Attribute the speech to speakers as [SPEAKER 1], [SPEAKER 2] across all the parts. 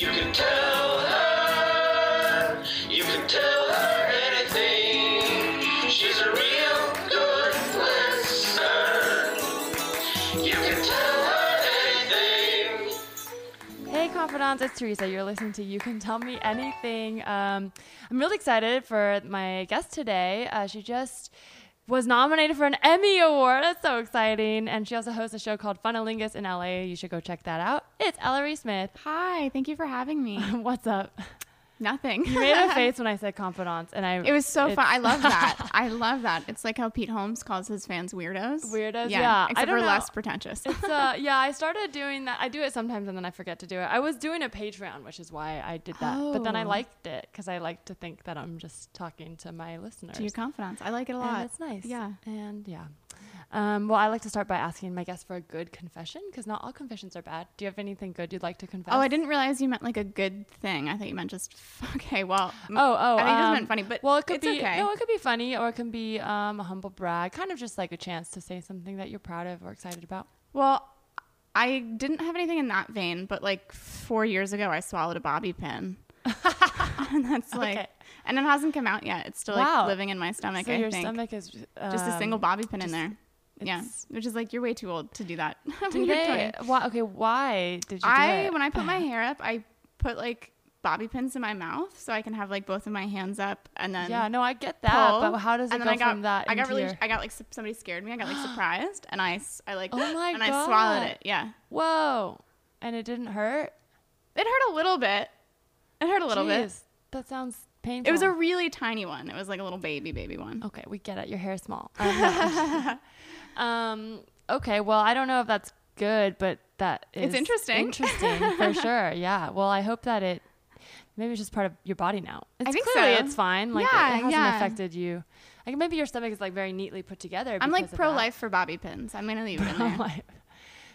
[SPEAKER 1] can tell her, you can tell her anything. She's a real good listener. You can tell her anything.
[SPEAKER 2] Hey, confidants, it's Teresa. You're listening to You Can Tell Me Anything. Um, I'm really excited for my guest today. Uh, she just was nominated for an Emmy Award. That's so exciting. And she also hosts a show called Funnelingus in LA. You should go check that out. It's Ellery Smith.
[SPEAKER 3] Hi, thank you for having me.
[SPEAKER 2] What's up?
[SPEAKER 3] Nothing.
[SPEAKER 2] You made a face when I said confidants, and I.
[SPEAKER 3] It was so
[SPEAKER 2] it's-
[SPEAKER 3] fun. I love that. I love that. It's like how Pete Holmes calls his fans weirdos.
[SPEAKER 2] Weirdos, yeah. I
[SPEAKER 3] Except
[SPEAKER 2] don't
[SPEAKER 3] we're
[SPEAKER 2] know.
[SPEAKER 3] less pretentious.
[SPEAKER 2] It's, uh, yeah, I started doing that. I do it sometimes, and then I forget to do it. I was doing a Patreon, which is why I did that. But then I
[SPEAKER 3] Oh.
[SPEAKER 2] liked it because I like to think that I'm just talking to my listeners.
[SPEAKER 3] to your confidence. I like it a lot.
[SPEAKER 2] And it's Oh, nice.
[SPEAKER 3] Yeah.
[SPEAKER 2] And yeah. Um, well, I like to start by asking my guest for a good confession because not all confessions are bad. Do you have anything good you'd like to confess?
[SPEAKER 3] Oh, I didn't realize you meant like a good thing. I thought you meant just okay. Well, m-
[SPEAKER 2] Oh, oh.
[SPEAKER 3] I think you just
[SPEAKER 2] um,
[SPEAKER 3] meant funny, but
[SPEAKER 2] well, it could
[SPEAKER 3] it's
[SPEAKER 2] be
[SPEAKER 3] okay.
[SPEAKER 2] no, it could be funny or it can be um, a humble brag, kind of just like a chance to say something that you're proud of or excited about.
[SPEAKER 3] Well, I didn't have anything in that vein, but like four years ago, I swallowed a bobby pin. and that's like,
[SPEAKER 2] Okay.
[SPEAKER 3] and it hasn't come out yet. It's still
[SPEAKER 2] Wow.
[SPEAKER 3] like living in my stomach.
[SPEAKER 2] so
[SPEAKER 3] I
[SPEAKER 2] your
[SPEAKER 3] think
[SPEAKER 2] stomach is um,
[SPEAKER 3] just a single bobby pin in
[SPEAKER 2] just-
[SPEAKER 3] there. Yeah,
[SPEAKER 2] it's-
[SPEAKER 3] which is like you're way too old to do that. when
[SPEAKER 2] Do
[SPEAKER 3] you're
[SPEAKER 2] they?
[SPEAKER 3] 20.
[SPEAKER 2] Why, okay, why did you? do
[SPEAKER 3] I
[SPEAKER 2] it?
[SPEAKER 3] when I put my hair up, I put like bobby pins in my mouth so I can have like both of my hands up and then
[SPEAKER 2] yeah, no, I get that,
[SPEAKER 3] pull.
[SPEAKER 2] but how does it go
[SPEAKER 3] and then I got,
[SPEAKER 2] from that?
[SPEAKER 3] I got
[SPEAKER 2] into
[SPEAKER 3] really
[SPEAKER 2] your-
[SPEAKER 3] I got like sup- somebody scared me. I got like surprised and I s- I like
[SPEAKER 2] Oh my
[SPEAKER 3] and I swallowed
[SPEAKER 2] God.
[SPEAKER 3] it. Yeah.
[SPEAKER 2] Whoa, and it didn't hurt.
[SPEAKER 3] It hurt a little bit. It hurt a little bit.
[SPEAKER 2] Jeez, Oh. That sounds painful.
[SPEAKER 3] It was a really tiny one. It was like a little baby baby one.
[SPEAKER 2] Okay, we get it. Your hair is small. Um, no. um, okay, well, I don't know if that's good, but that is
[SPEAKER 3] It's interesting.
[SPEAKER 2] Interesting for sure. Yeah. Well, I hope that it maybe it's just part of your body now. It's
[SPEAKER 3] think
[SPEAKER 2] clearly
[SPEAKER 3] so.
[SPEAKER 2] it's fine. Like it
[SPEAKER 3] Yeah,
[SPEAKER 2] hasn't
[SPEAKER 3] yeah.
[SPEAKER 2] affected you. Like maybe your stomach is like very neatly put together.
[SPEAKER 3] I'm
[SPEAKER 2] because
[SPEAKER 3] like
[SPEAKER 2] of Oh
[SPEAKER 3] pro life for bobby pins. I'm gonna leave it
[SPEAKER 2] that.
[SPEAKER 3] in there.
[SPEAKER 2] Pro-life.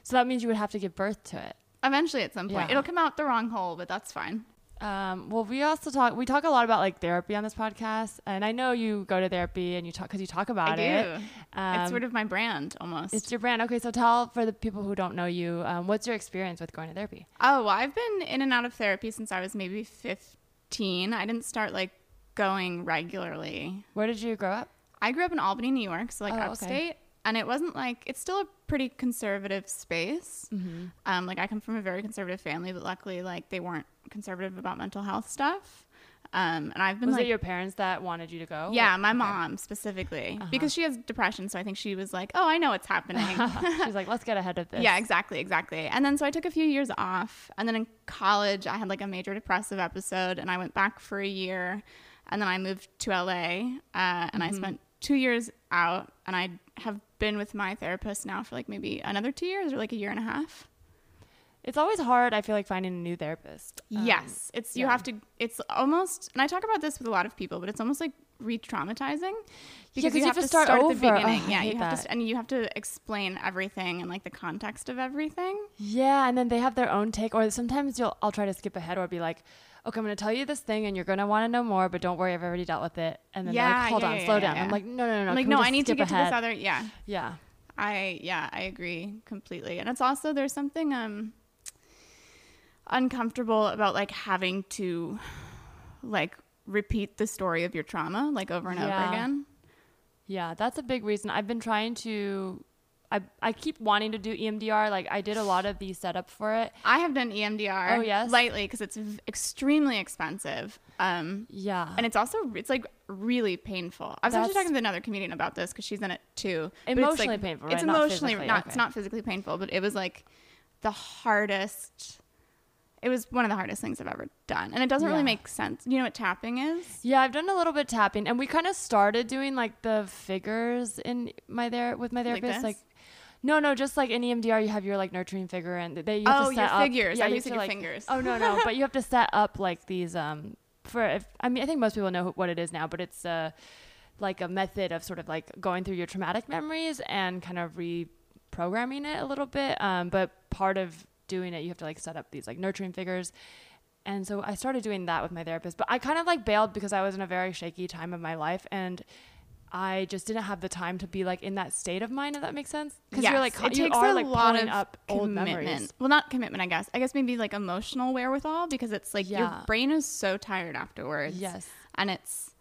[SPEAKER 2] So that means you would have to give birth to it.
[SPEAKER 3] Eventually at some point.
[SPEAKER 2] Yeah.
[SPEAKER 3] It'll come out the wrong hole, but that's fine.
[SPEAKER 2] Um, well, we also talk. We talk a lot about like therapy on this podcast, and I know you go to therapy and you talk because you talk about
[SPEAKER 3] I
[SPEAKER 2] it.
[SPEAKER 3] do.
[SPEAKER 2] Um,
[SPEAKER 3] it's sort of my brand almost.
[SPEAKER 2] It's your brand. Okay, so tell for the people who don't know you, um, what's your experience with going to therapy?
[SPEAKER 3] Oh, well, I've been in and out of therapy since I was maybe 15. I didn't start like going regularly.
[SPEAKER 2] Where did you grow up?
[SPEAKER 3] I grew up in Albany, New York, so like
[SPEAKER 2] Oh, okay.
[SPEAKER 3] upstate. And it wasn't like, it's still a pretty conservative space.
[SPEAKER 2] Mm-hmm.
[SPEAKER 3] Um, like, I come from a very conservative family, but luckily, like, they weren't conservative about mental health stuff. Um, and I've been
[SPEAKER 2] Was
[SPEAKER 3] like,
[SPEAKER 2] it your parents that wanted you to go?
[SPEAKER 3] yeah, my mom specifically,
[SPEAKER 2] Uh-huh.
[SPEAKER 3] because she has depression. So I think she was like, oh, I know what's happening.
[SPEAKER 2] She's like, let's get ahead of this.
[SPEAKER 3] Yeah, exactly, exactly. And then so I took a few years off, and then in college I had like a major depressive episode, and I went back for a year, and then I moved to LA, uh, and
[SPEAKER 2] Mm-hmm.
[SPEAKER 3] I spent two years out, and I have been with my therapist now for like maybe another two years or like a year and a half.
[SPEAKER 2] It's always hard, I feel like, finding a new therapist. Um,
[SPEAKER 3] yes, it's you
[SPEAKER 2] yeah.
[SPEAKER 3] have to. It's almost, and I talk about this with a lot of people, but it's almost like re-traumatizing
[SPEAKER 2] Yeah, 'cause you have to start over. Oh, I
[SPEAKER 3] yeah,
[SPEAKER 2] hate
[SPEAKER 3] you
[SPEAKER 2] that.
[SPEAKER 3] have to, st- and you have to explain everything and like the context of everything.
[SPEAKER 2] Yeah, and then they have their own take, or sometimes you'll I'll try to skip ahead or be like, okay, I'm gonna tell you this thing, and you're gonna want to know more, but don't worry, I've already dealt with it. And then they're
[SPEAKER 3] Yeah,
[SPEAKER 2] like, hold
[SPEAKER 3] yeah,
[SPEAKER 2] on,
[SPEAKER 3] yeah,
[SPEAKER 2] slow
[SPEAKER 3] yeah,
[SPEAKER 2] down. I'm
[SPEAKER 3] yeah.
[SPEAKER 2] like, no, no, no, no.
[SPEAKER 3] I'm like,
[SPEAKER 2] can we
[SPEAKER 3] no,
[SPEAKER 2] just
[SPEAKER 3] I need to
[SPEAKER 2] skip
[SPEAKER 3] get to
[SPEAKER 2] ahead?"
[SPEAKER 3] this other. Yeah,
[SPEAKER 2] Yeah.
[SPEAKER 3] I yeah, I agree completely. And it's also there's something um uncomfortable about like having to like repeat the story of your trauma like over and
[SPEAKER 2] Yeah.
[SPEAKER 3] over again.
[SPEAKER 2] Yeah, that's a big reason. I've been trying to. I, I keep wanting to do E EMDR. Like I did a lot of the setup for it.
[SPEAKER 3] I have done E EMDR
[SPEAKER 2] Oh, yes?
[SPEAKER 3] lightly because it's v- extremely expensive. Um
[SPEAKER 2] Yeah.
[SPEAKER 3] and it's also it's like really painful. I was actually
[SPEAKER 2] That's-
[SPEAKER 3] talking to another comedian about this because she's in it too. But it's
[SPEAKER 2] Emotionally
[SPEAKER 3] like,
[SPEAKER 2] painful,
[SPEAKER 3] It's
[SPEAKER 2] right? Not
[SPEAKER 3] emotionally
[SPEAKER 2] physically,
[SPEAKER 3] not,
[SPEAKER 2] okay.
[SPEAKER 3] it's not physically painful, but it was like the hardest. It was one of the hardest things I've ever done, and it doesn't
[SPEAKER 2] Yeah.
[SPEAKER 3] really make sense. You know what tapping is?
[SPEAKER 2] Yeah, I've done a little bit tapping, and we kind of started doing like the figures in my there with my
[SPEAKER 3] Like
[SPEAKER 2] therapist. Like,
[SPEAKER 3] this?
[SPEAKER 2] no, no, just like in E EMDR, you have your like nurturing figure, and they you have
[SPEAKER 3] Oh,
[SPEAKER 2] to
[SPEAKER 3] your
[SPEAKER 2] set up-
[SPEAKER 3] figures. I thought you
[SPEAKER 2] have
[SPEAKER 3] said
[SPEAKER 2] to,
[SPEAKER 3] your
[SPEAKER 2] like-
[SPEAKER 3] fingers.
[SPEAKER 2] Oh no, no, but you have to set up like these um for if I mean I think most people know what it is now, but it's uh like a method of sort of like going through your traumatic memories and kind of reprogramming it a little bit. Um, but part of doing it, you have to like set up these like nurturing figures. And so I started doing that with my therapist, but I kind of like bailed because I was in a very shaky time of my life and I just didn't have the time to be like in that state of mind. If that makes sense, because
[SPEAKER 3] Yes,
[SPEAKER 2] you're like co- you are like pulling up old memories.
[SPEAKER 3] Well, not commitment, I guess. I guess maybe like emotional wherewithal because it's like
[SPEAKER 2] Yeah.
[SPEAKER 3] your brain is so tired afterwards.
[SPEAKER 2] Yes.
[SPEAKER 3] and it's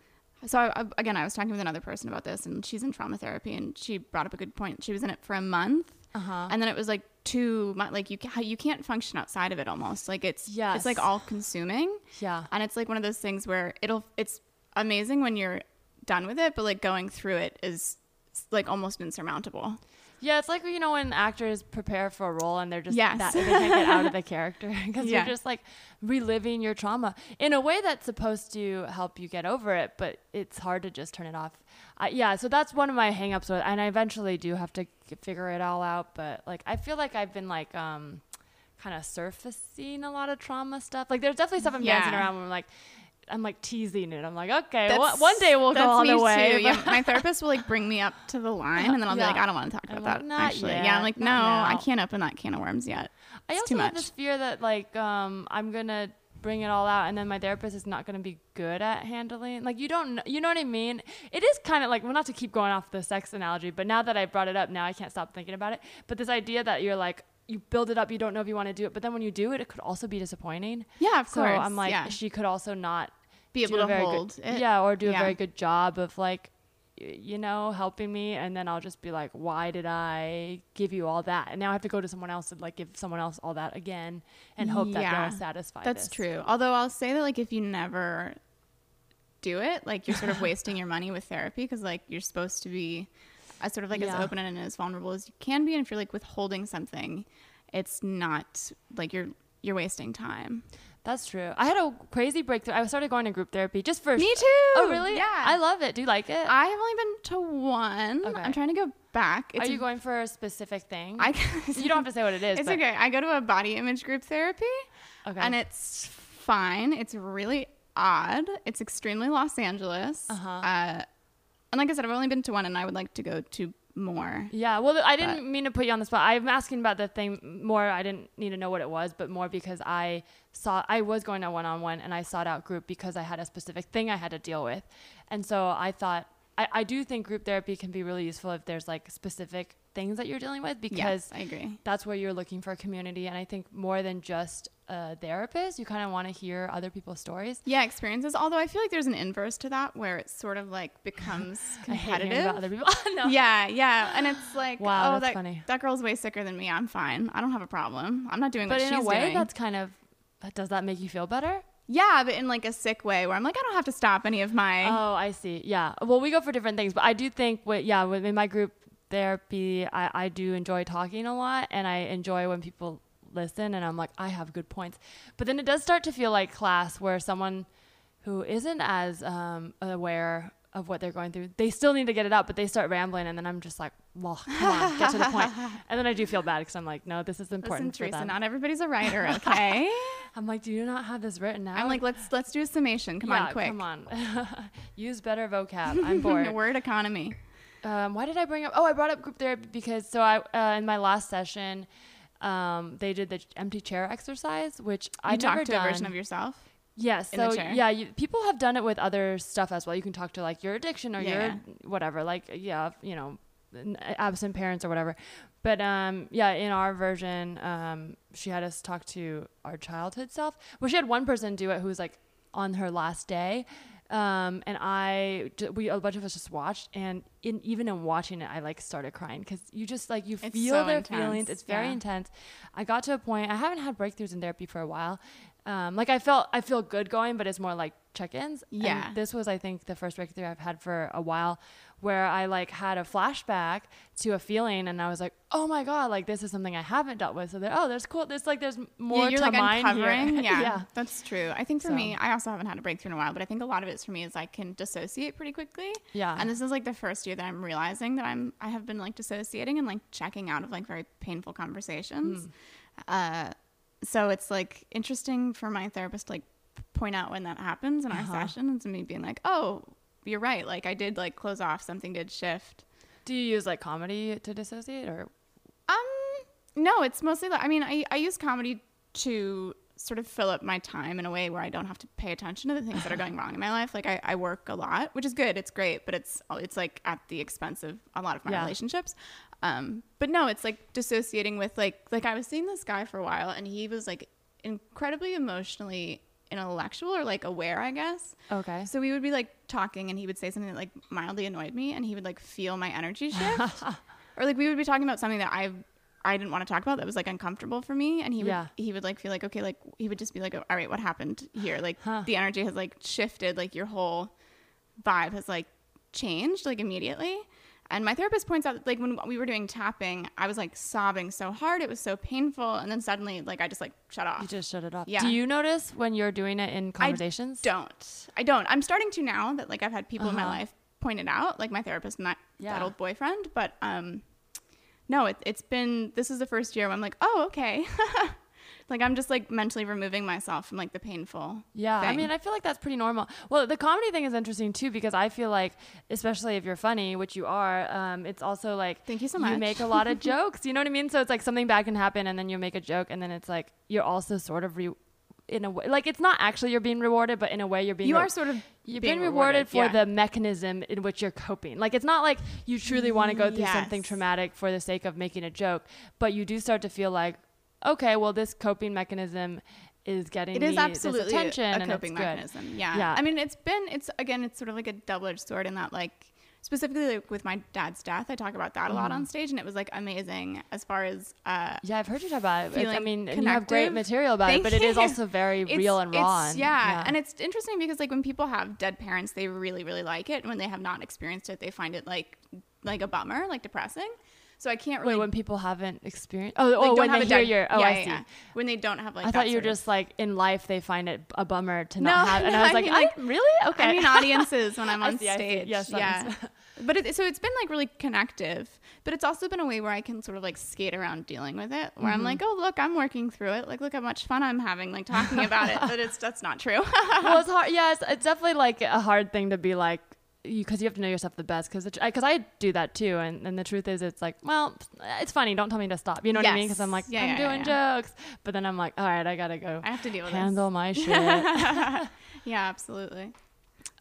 [SPEAKER 3] so. I, I- again, I was talking with another person about this, and she's in trauma therapy, and she brought up a good point. She was in it for a month,
[SPEAKER 2] Uh-huh.
[SPEAKER 3] and then it was like too much. Like you, ca- you can't function outside of it almost. Like it's
[SPEAKER 2] Yes.
[SPEAKER 3] it's like all consuming.
[SPEAKER 2] Yeah.
[SPEAKER 3] And it's like one of those things where it'll it's amazing when you're done with it, but like going through it is like almost insurmountable.
[SPEAKER 2] Yeah, it's like you know when actors prepare for a role and they're just
[SPEAKER 3] Yes.
[SPEAKER 2] that, they can't get out of the character because
[SPEAKER 3] Yeah.
[SPEAKER 2] you're just like reliving your trauma in a way that's supposed to help you get over it, but it's hard to just turn it off. Uh, yeah, so that's one of my hangups, with, and I eventually do have to g- figure it all out. But like, I feel like I've been like um, kind of surfacing a lot of trauma stuff. Like, there's definitely stuff I'm dancing
[SPEAKER 3] Yeah.
[SPEAKER 2] around where I'm like. I'm like teasing it. I'm like, okay,
[SPEAKER 3] That's-
[SPEAKER 2] well, one day we'll go
[SPEAKER 3] that's
[SPEAKER 2] all
[SPEAKER 3] me
[SPEAKER 2] the way.
[SPEAKER 3] too.
[SPEAKER 2] but-
[SPEAKER 3] Yeah, my therapist will like bring me up to the line, and then I'll
[SPEAKER 2] Yeah.
[SPEAKER 3] be like, I don't want to talk about
[SPEAKER 2] I'm like,
[SPEAKER 3] that.
[SPEAKER 2] "Not
[SPEAKER 3] actually,
[SPEAKER 2] yet,
[SPEAKER 3] yeah, I'm like, no,
[SPEAKER 2] not
[SPEAKER 3] I
[SPEAKER 2] now."
[SPEAKER 3] can't open that can of worms yet.
[SPEAKER 2] I
[SPEAKER 3] It's
[SPEAKER 2] also
[SPEAKER 3] too much.
[SPEAKER 2] have this fear that like um, I'm gonna bring it all out, and then my therapist is not gonna be good at handling. Like you don't, kn- you know what I mean? It is kind of like well, not to keep going off the sex analogy, but now that I brought it up, now I can't stop thinking about it. But this idea that you're like you build it up, you don't know if you want to do it, but then when you do it, it could also be disappointing.
[SPEAKER 3] Yeah, of
[SPEAKER 2] so
[SPEAKER 3] course,
[SPEAKER 2] I'm like,
[SPEAKER 3] yeah.
[SPEAKER 2] she could also not
[SPEAKER 3] Be
[SPEAKER 2] do
[SPEAKER 3] able
[SPEAKER 2] a
[SPEAKER 3] to
[SPEAKER 2] very good-
[SPEAKER 3] hold it.
[SPEAKER 2] yeah, or do a
[SPEAKER 3] Yeah.
[SPEAKER 2] very good job of like y- you know helping me and then i'll just be like why did i give you all that and now i have to go to someone else and like give someone else all that again and hope that
[SPEAKER 3] Yeah.
[SPEAKER 2] they'll satisfy
[SPEAKER 3] That's
[SPEAKER 2] this.
[SPEAKER 3] true. Although I'll say that like if you never do it, like you're sort of wasting your money with therapy because like you're supposed to be as sort of like
[SPEAKER 2] Yeah.
[SPEAKER 3] as open and as vulnerable as you can be, and if you're like withholding something, it's not like you're you're wasting time.
[SPEAKER 2] that's true i had a crazy breakthrough i started going to group therapy just for
[SPEAKER 3] Me too!
[SPEAKER 2] oh really
[SPEAKER 3] Yeah.
[SPEAKER 2] i love it do you like it
[SPEAKER 3] I have only been to one.
[SPEAKER 2] Okay.
[SPEAKER 3] I'm trying to go back.
[SPEAKER 2] are
[SPEAKER 3] a-
[SPEAKER 2] you going for a specific thing
[SPEAKER 3] I can,
[SPEAKER 2] you don't have to say what it is
[SPEAKER 3] It's
[SPEAKER 2] but-
[SPEAKER 3] okay. I go to a body image group therapy,
[SPEAKER 2] Okay.
[SPEAKER 3] and it's fine. It's really odd. It's extremely Los Angeles.
[SPEAKER 2] Uh-huh.
[SPEAKER 3] Uh, and like I said, I've only been to one, and I would like to go to more.
[SPEAKER 2] Yeah, well, I didn't mean to put you on the spot. I'm asking about the thing more. I didn't need to know what it was, but more because I saw I was going to one on one and I sought out group because I had a specific thing I had to deal with. And so I thought, I, I do think group therapy can be really useful if there's like specific things that you're dealing with because
[SPEAKER 3] Yes, I agree.
[SPEAKER 2] that's where you're looking for a community. And I think more than just a therapist, you kind of want to hear other people's stories.
[SPEAKER 3] Yeah, experiences. Although I feel like there's an inverse to that where it sort of like becomes
[SPEAKER 2] I hate hearing
[SPEAKER 3] competitive.
[SPEAKER 2] about other people. No.
[SPEAKER 3] yeah, yeah, and it's like,
[SPEAKER 2] Wow,
[SPEAKER 3] oh,
[SPEAKER 2] that's
[SPEAKER 3] that
[SPEAKER 2] funny.
[SPEAKER 3] that girl's way sicker than me. I'm fine. I don't have a problem. I'm not doing
[SPEAKER 2] But
[SPEAKER 3] what
[SPEAKER 2] in
[SPEAKER 3] she's
[SPEAKER 2] a way,
[SPEAKER 3] doing.
[SPEAKER 2] that's kind of, does that make you feel better?
[SPEAKER 3] Yeah, but in like a sick way where I'm like, I don't have to stop any of my.
[SPEAKER 2] Oh, I see. Yeah. Well, we go for different things, but I do think, what, yeah, within my group therapy, I, I do enjoy talking a lot, and I enjoy when people listen, and I'm like, I have good points. But then it does start to feel like class, where someone who isn't as um, aware of what they're going through, they still need to get it out, but they start rambling, and then I'm just like, well, come on, get to the point. And then I do feel bad because I'm like, no, this is
[SPEAKER 3] Listen,
[SPEAKER 2] important for
[SPEAKER 3] Teresa,
[SPEAKER 2] them.
[SPEAKER 3] not everybody's a writer, okay?
[SPEAKER 2] I'm like, do you not have this written out?
[SPEAKER 3] I'm like, let's let's do a summation. Come on,
[SPEAKER 2] Yeah,
[SPEAKER 3] quick.
[SPEAKER 2] Come on. Use better vocab. I'm bored.
[SPEAKER 3] Word economy.
[SPEAKER 2] um, why did I bring up? Oh, I brought up group therapy because so I uh, in my last session, um, they did the empty chair exercise, which
[SPEAKER 3] You
[SPEAKER 2] I
[SPEAKER 3] talk
[SPEAKER 2] never
[SPEAKER 3] to
[SPEAKER 2] done.
[SPEAKER 3] a version of yourself.
[SPEAKER 2] yeah,
[SPEAKER 3] in the
[SPEAKER 2] so
[SPEAKER 3] chair.
[SPEAKER 2] yeah, you, people have done it with other stuff as well. You can talk to like your addiction or
[SPEAKER 3] Yeah,
[SPEAKER 2] your
[SPEAKER 3] yeah.
[SPEAKER 2] whatever, like yeah, you know, n- absent parents or whatever. But um, yeah, in our version, um, she had us talk to our childhood self. Well, she had one person do it who was like on her last day. Um, and I, j- we, a bunch of us just watched and in, even in watching it, I like started crying cause you just like, you
[SPEAKER 3] It's
[SPEAKER 2] feel
[SPEAKER 3] so
[SPEAKER 2] their
[SPEAKER 3] intense,
[SPEAKER 2] feelings. It's very
[SPEAKER 3] yeah.
[SPEAKER 2] intense. I got to a point, I haven't had breakthroughs in therapy for a while. Um, like I felt, I feel good going, but it's more like check-ins. And
[SPEAKER 3] Yeah.
[SPEAKER 2] this was, I think the first breakthrough I've had for a while where I like had a flashback to a feeling and I was like, oh my God, like this is something I haven't dealt with. So there, oh, there's cool. There's like, there's more
[SPEAKER 3] yeah, you're
[SPEAKER 2] to
[SPEAKER 3] like
[SPEAKER 2] mine here.
[SPEAKER 3] uncovering. Yeah,
[SPEAKER 2] yeah.
[SPEAKER 3] that's true. I think for
[SPEAKER 2] So.
[SPEAKER 3] me, I also haven't had a breakthrough in a while, but I think a lot of it's for me is I can dissociate pretty quickly.
[SPEAKER 2] Yeah.
[SPEAKER 3] and this is like the first year that I'm realizing that I'm I have been like dissociating and like checking out of like very painful conversations.
[SPEAKER 2] Hmm.
[SPEAKER 3] Uh, so it's like interesting for my therapist to like point out when that happens in our
[SPEAKER 2] Uh-huh.
[SPEAKER 3] sessions and me being like, oh, you're right. Like I did like close off. Something did shift.
[SPEAKER 2] Do you use like comedy to dissociate or
[SPEAKER 3] Um, no, it's mostly like I mean, I I use comedy to sort of fill up my time in a way where I don't have to pay attention to the things that are going wrong in my life. Like I, I work a lot, which is good. It's great, but it's it's like at the expense of a lot of my
[SPEAKER 2] Yeah.
[SPEAKER 3] relationships. Um, but no, it's like dissociating with like like I was seeing this guy for a while, and he was like incredibly emotionally intellectual or like aware, I guess.
[SPEAKER 2] Okay.
[SPEAKER 3] So we would be like talking, and he would say something that like mildly annoyed me, and he would like feel my energy shift, or like we would be talking about something that I I didn't want to talk about that was like uncomfortable for me, and he would
[SPEAKER 2] Yeah.
[SPEAKER 3] he would like feel like okay, like he would just be like, all right, what happened here? Like
[SPEAKER 2] Huh.
[SPEAKER 3] the energy has like shifted, like your whole vibe has like changed like immediately. And my therapist points out that like when we were doing tapping, I was like sobbing so hard, it was so painful, and then suddenly like I just like shut off.
[SPEAKER 2] You just shut it off.
[SPEAKER 3] Yeah.
[SPEAKER 2] Do you notice when you're doing it in conversations?
[SPEAKER 3] Don't. I don't. I'm starting to now that like I've had people in my
[SPEAKER 2] Uh-huh.
[SPEAKER 3] life point it out, like my therapist and that, that
[SPEAKER 2] Yeah.
[SPEAKER 3] old boyfriend. But um, no, it, it's been this is the first year where I'm like, oh okay, like I'm just like mentally removing myself from like the painful.
[SPEAKER 2] Yeah, I
[SPEAKER 3] thing.
[SPEAKER 2] mean, I feel like that's pretty normal. Well, the comedy thing is interesting too because I feel like, especially if you're funny, which you are, um, it's also like
[SPEAKER 3] Thank you so much.
[SPEAKER 2] You make a lot of jokes. You know what I mean? So it's like something bad can happen, and then you make a joke, and then it's like you're also sort of re- in a way like it's not actually you're being rewarded, but in a way you're being
[SPEAKER 3] you
[SPEAKER 2] re-
[SPEAKER 3] are sort of
[SPEAKER 2] You've
[SPEAKER 3] being
[SPEAKER 2] been rewarded, for
[SPEAKER 3] yeah.
[SPEAKER 2] the mechanism in which you're coping. Like it's not like you truly want to go through something
[SPEAKER 3] Yes.
[SPEAKER 2] traumatic for the sake of making a joke, but you do start to feel like, okay, well, this coping mechanism is getting
[SPEAKER 3] It is
[SPEAKER 2] me
[SPEAKER 3] absolutely
[SPEAKER 2] this attention
[SPEAKER 3] a
[SPEAKER 2] and
[SPEAKER 3] coping
[SPEAKER 2] it's good.
[SPEAKER 3] mechanism. Yeah.
[SPEAKER 2] Yeah.
[SPEAKER 3] I mean, it's been it's again, it's sort of like a double-edged sword in that like specifically like with my dad's death, I talk about that a
[SPEAKER 2] Mm-hmm.
[SPEAKER 3] lot on stage, and it was like amazing as far as uh,
[SPEAKER 2] Yeah, I've heard you talk about it. It's- I
[SPEAKER 3] feeling
[SPEAKER 2] mean, and you have great
[SPEAKER 3] connective.
[SPEAKER 2] material about
[SPEAKER 3] Thank
[SPEAKER 2] it, but it is
[SPEAKER 3] you.
[SPEAKER 2] also very
[SPEAKER 3] It's-
[SPEAKER 2] real and raw.
[SPEAKER 3] it's-
[SPEAKER 2] and-
[SPEAKER 3] yeah. and it's interesting because like when people have dead parents, they really really like it. And when they have not experienced it, they find it like like a bummer, like depressing. So I can't
[SPEAKER 2] Wait,
[SPEAKER 3] really
[SPEAKER 2] when people haven't experienced, oh,
[SPEAKER 3] like,
[SPEAKER 2] oh when they
[SPEAKER 3] a
[SPEAKER 2] hear
[SPEAKER 3] dead-
[SPEAKER 2] your, oh,
[SPEAKER 3] yeah,
[SPEAKER 2] I
[SPEAKER 3] yeah,
[SPEAKER 2] see.
[SPEAKER 3] yeah. When they don't have like
[SPEAKER 2] I
[SPEAKER 3] that
[SPEAKER 2] thought you were
[SPEAKER 3] sort of-
[SPEAKER 2] just like in life they find it a bummer to
[SPEAKER 3] No,
[SPEAKER 2] not have, and
[SPEAKER 3] no,
[SPEAKER 2] I was
[SPEAKER 3] I
[SPEAKER 2] like,
[SPEAKER 3] mean,
[SPEAKER 2] I-
[SPEAKER 3] like,
[SPEAKER 2] really okay.
[SPEAKER 3] I mean audiences when I'm
[SPEAKER 2] I
[SPEAKER 3] on
[SPEAKER 2] see, I see.
[SPEAKER 3] stage.
[SPEAKER 2] Yes, that
[SPEAKER 3] yeah.
[SPEAKER 2] makes-
[SPEAKER 3] but it, so it's been like really connective, but it's also been a way where I can sort of like skate around dealing with it, where
[SPEAKER 2] Mm-hmm.
[SPEAKER 3] I'm like, oh look, I'm working through it. Like look how much fun I'm having, like talking about it. But it's that's not true.
[SPEAKER 2] well, it's hard. Yeah, it's, it's definitely like a hard thing to be like, because you, have to know yourself the best. Because because I do that too, and, and the truth is, it's like, well, it's funny. Don't tell me to stop. You know what I mean?
[SPEAKER 3] Yes.
[SPEAKER 2] Because I'm like,
[SPEAKER 3] Yeah,
[SPEAKER 2] I'm
[SPEAKER 3] yeah,
[SPEAKER 2] doing
[SPEAKER 3] yeah.
[SPEAKER 2] jokes, but then I'm like, all right, I gotta go
[SPEAKER 3] I have to deal with this.
[SPEAKER 2] handle my shit.
[SPEAKER 3] Yeah, absolutely.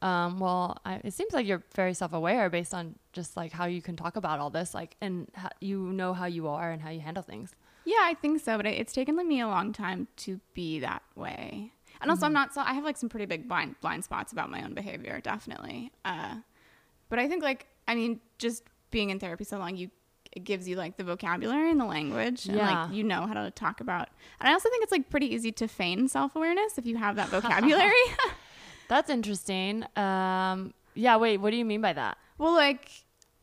[SPEAKER 2] um, well, I, it seems like you're very self-aware based on just like how you can talk about all this, like, and how, you know how you are and how you handle things.
[SPEAKER 3] Yeah, I think so, but it- it's taken me a long time to be that way. And
[SPEAKER 2] Mm-hmm.
[SPEAKER 3] also, I'm not so I have like some pretty big blind blind spots about my own behavior, definitely. Uh, but I think like I mean, just being in therapy so long, you it gives you like the vocabulary and the language, and
[SPEAKER 2] Yeah.
[SPEAKER 3] like you know how to talk about. And I also think it's like pretty easy to feign self awareness if you have that vocabulary.
[SPEAKER 2] That's interesting. Um, yeah. Wait, what do you mean by that?
[SPEAKER 3] Well, like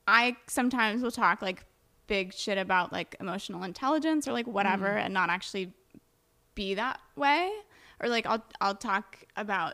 [SPEAKER 3] I sometimes will talk like big shit about like emotional intelligence or like whatever
[SPEAKER 2] Mm.
[SPEAKER 3] and not actually be that way or like I'll I'll talk about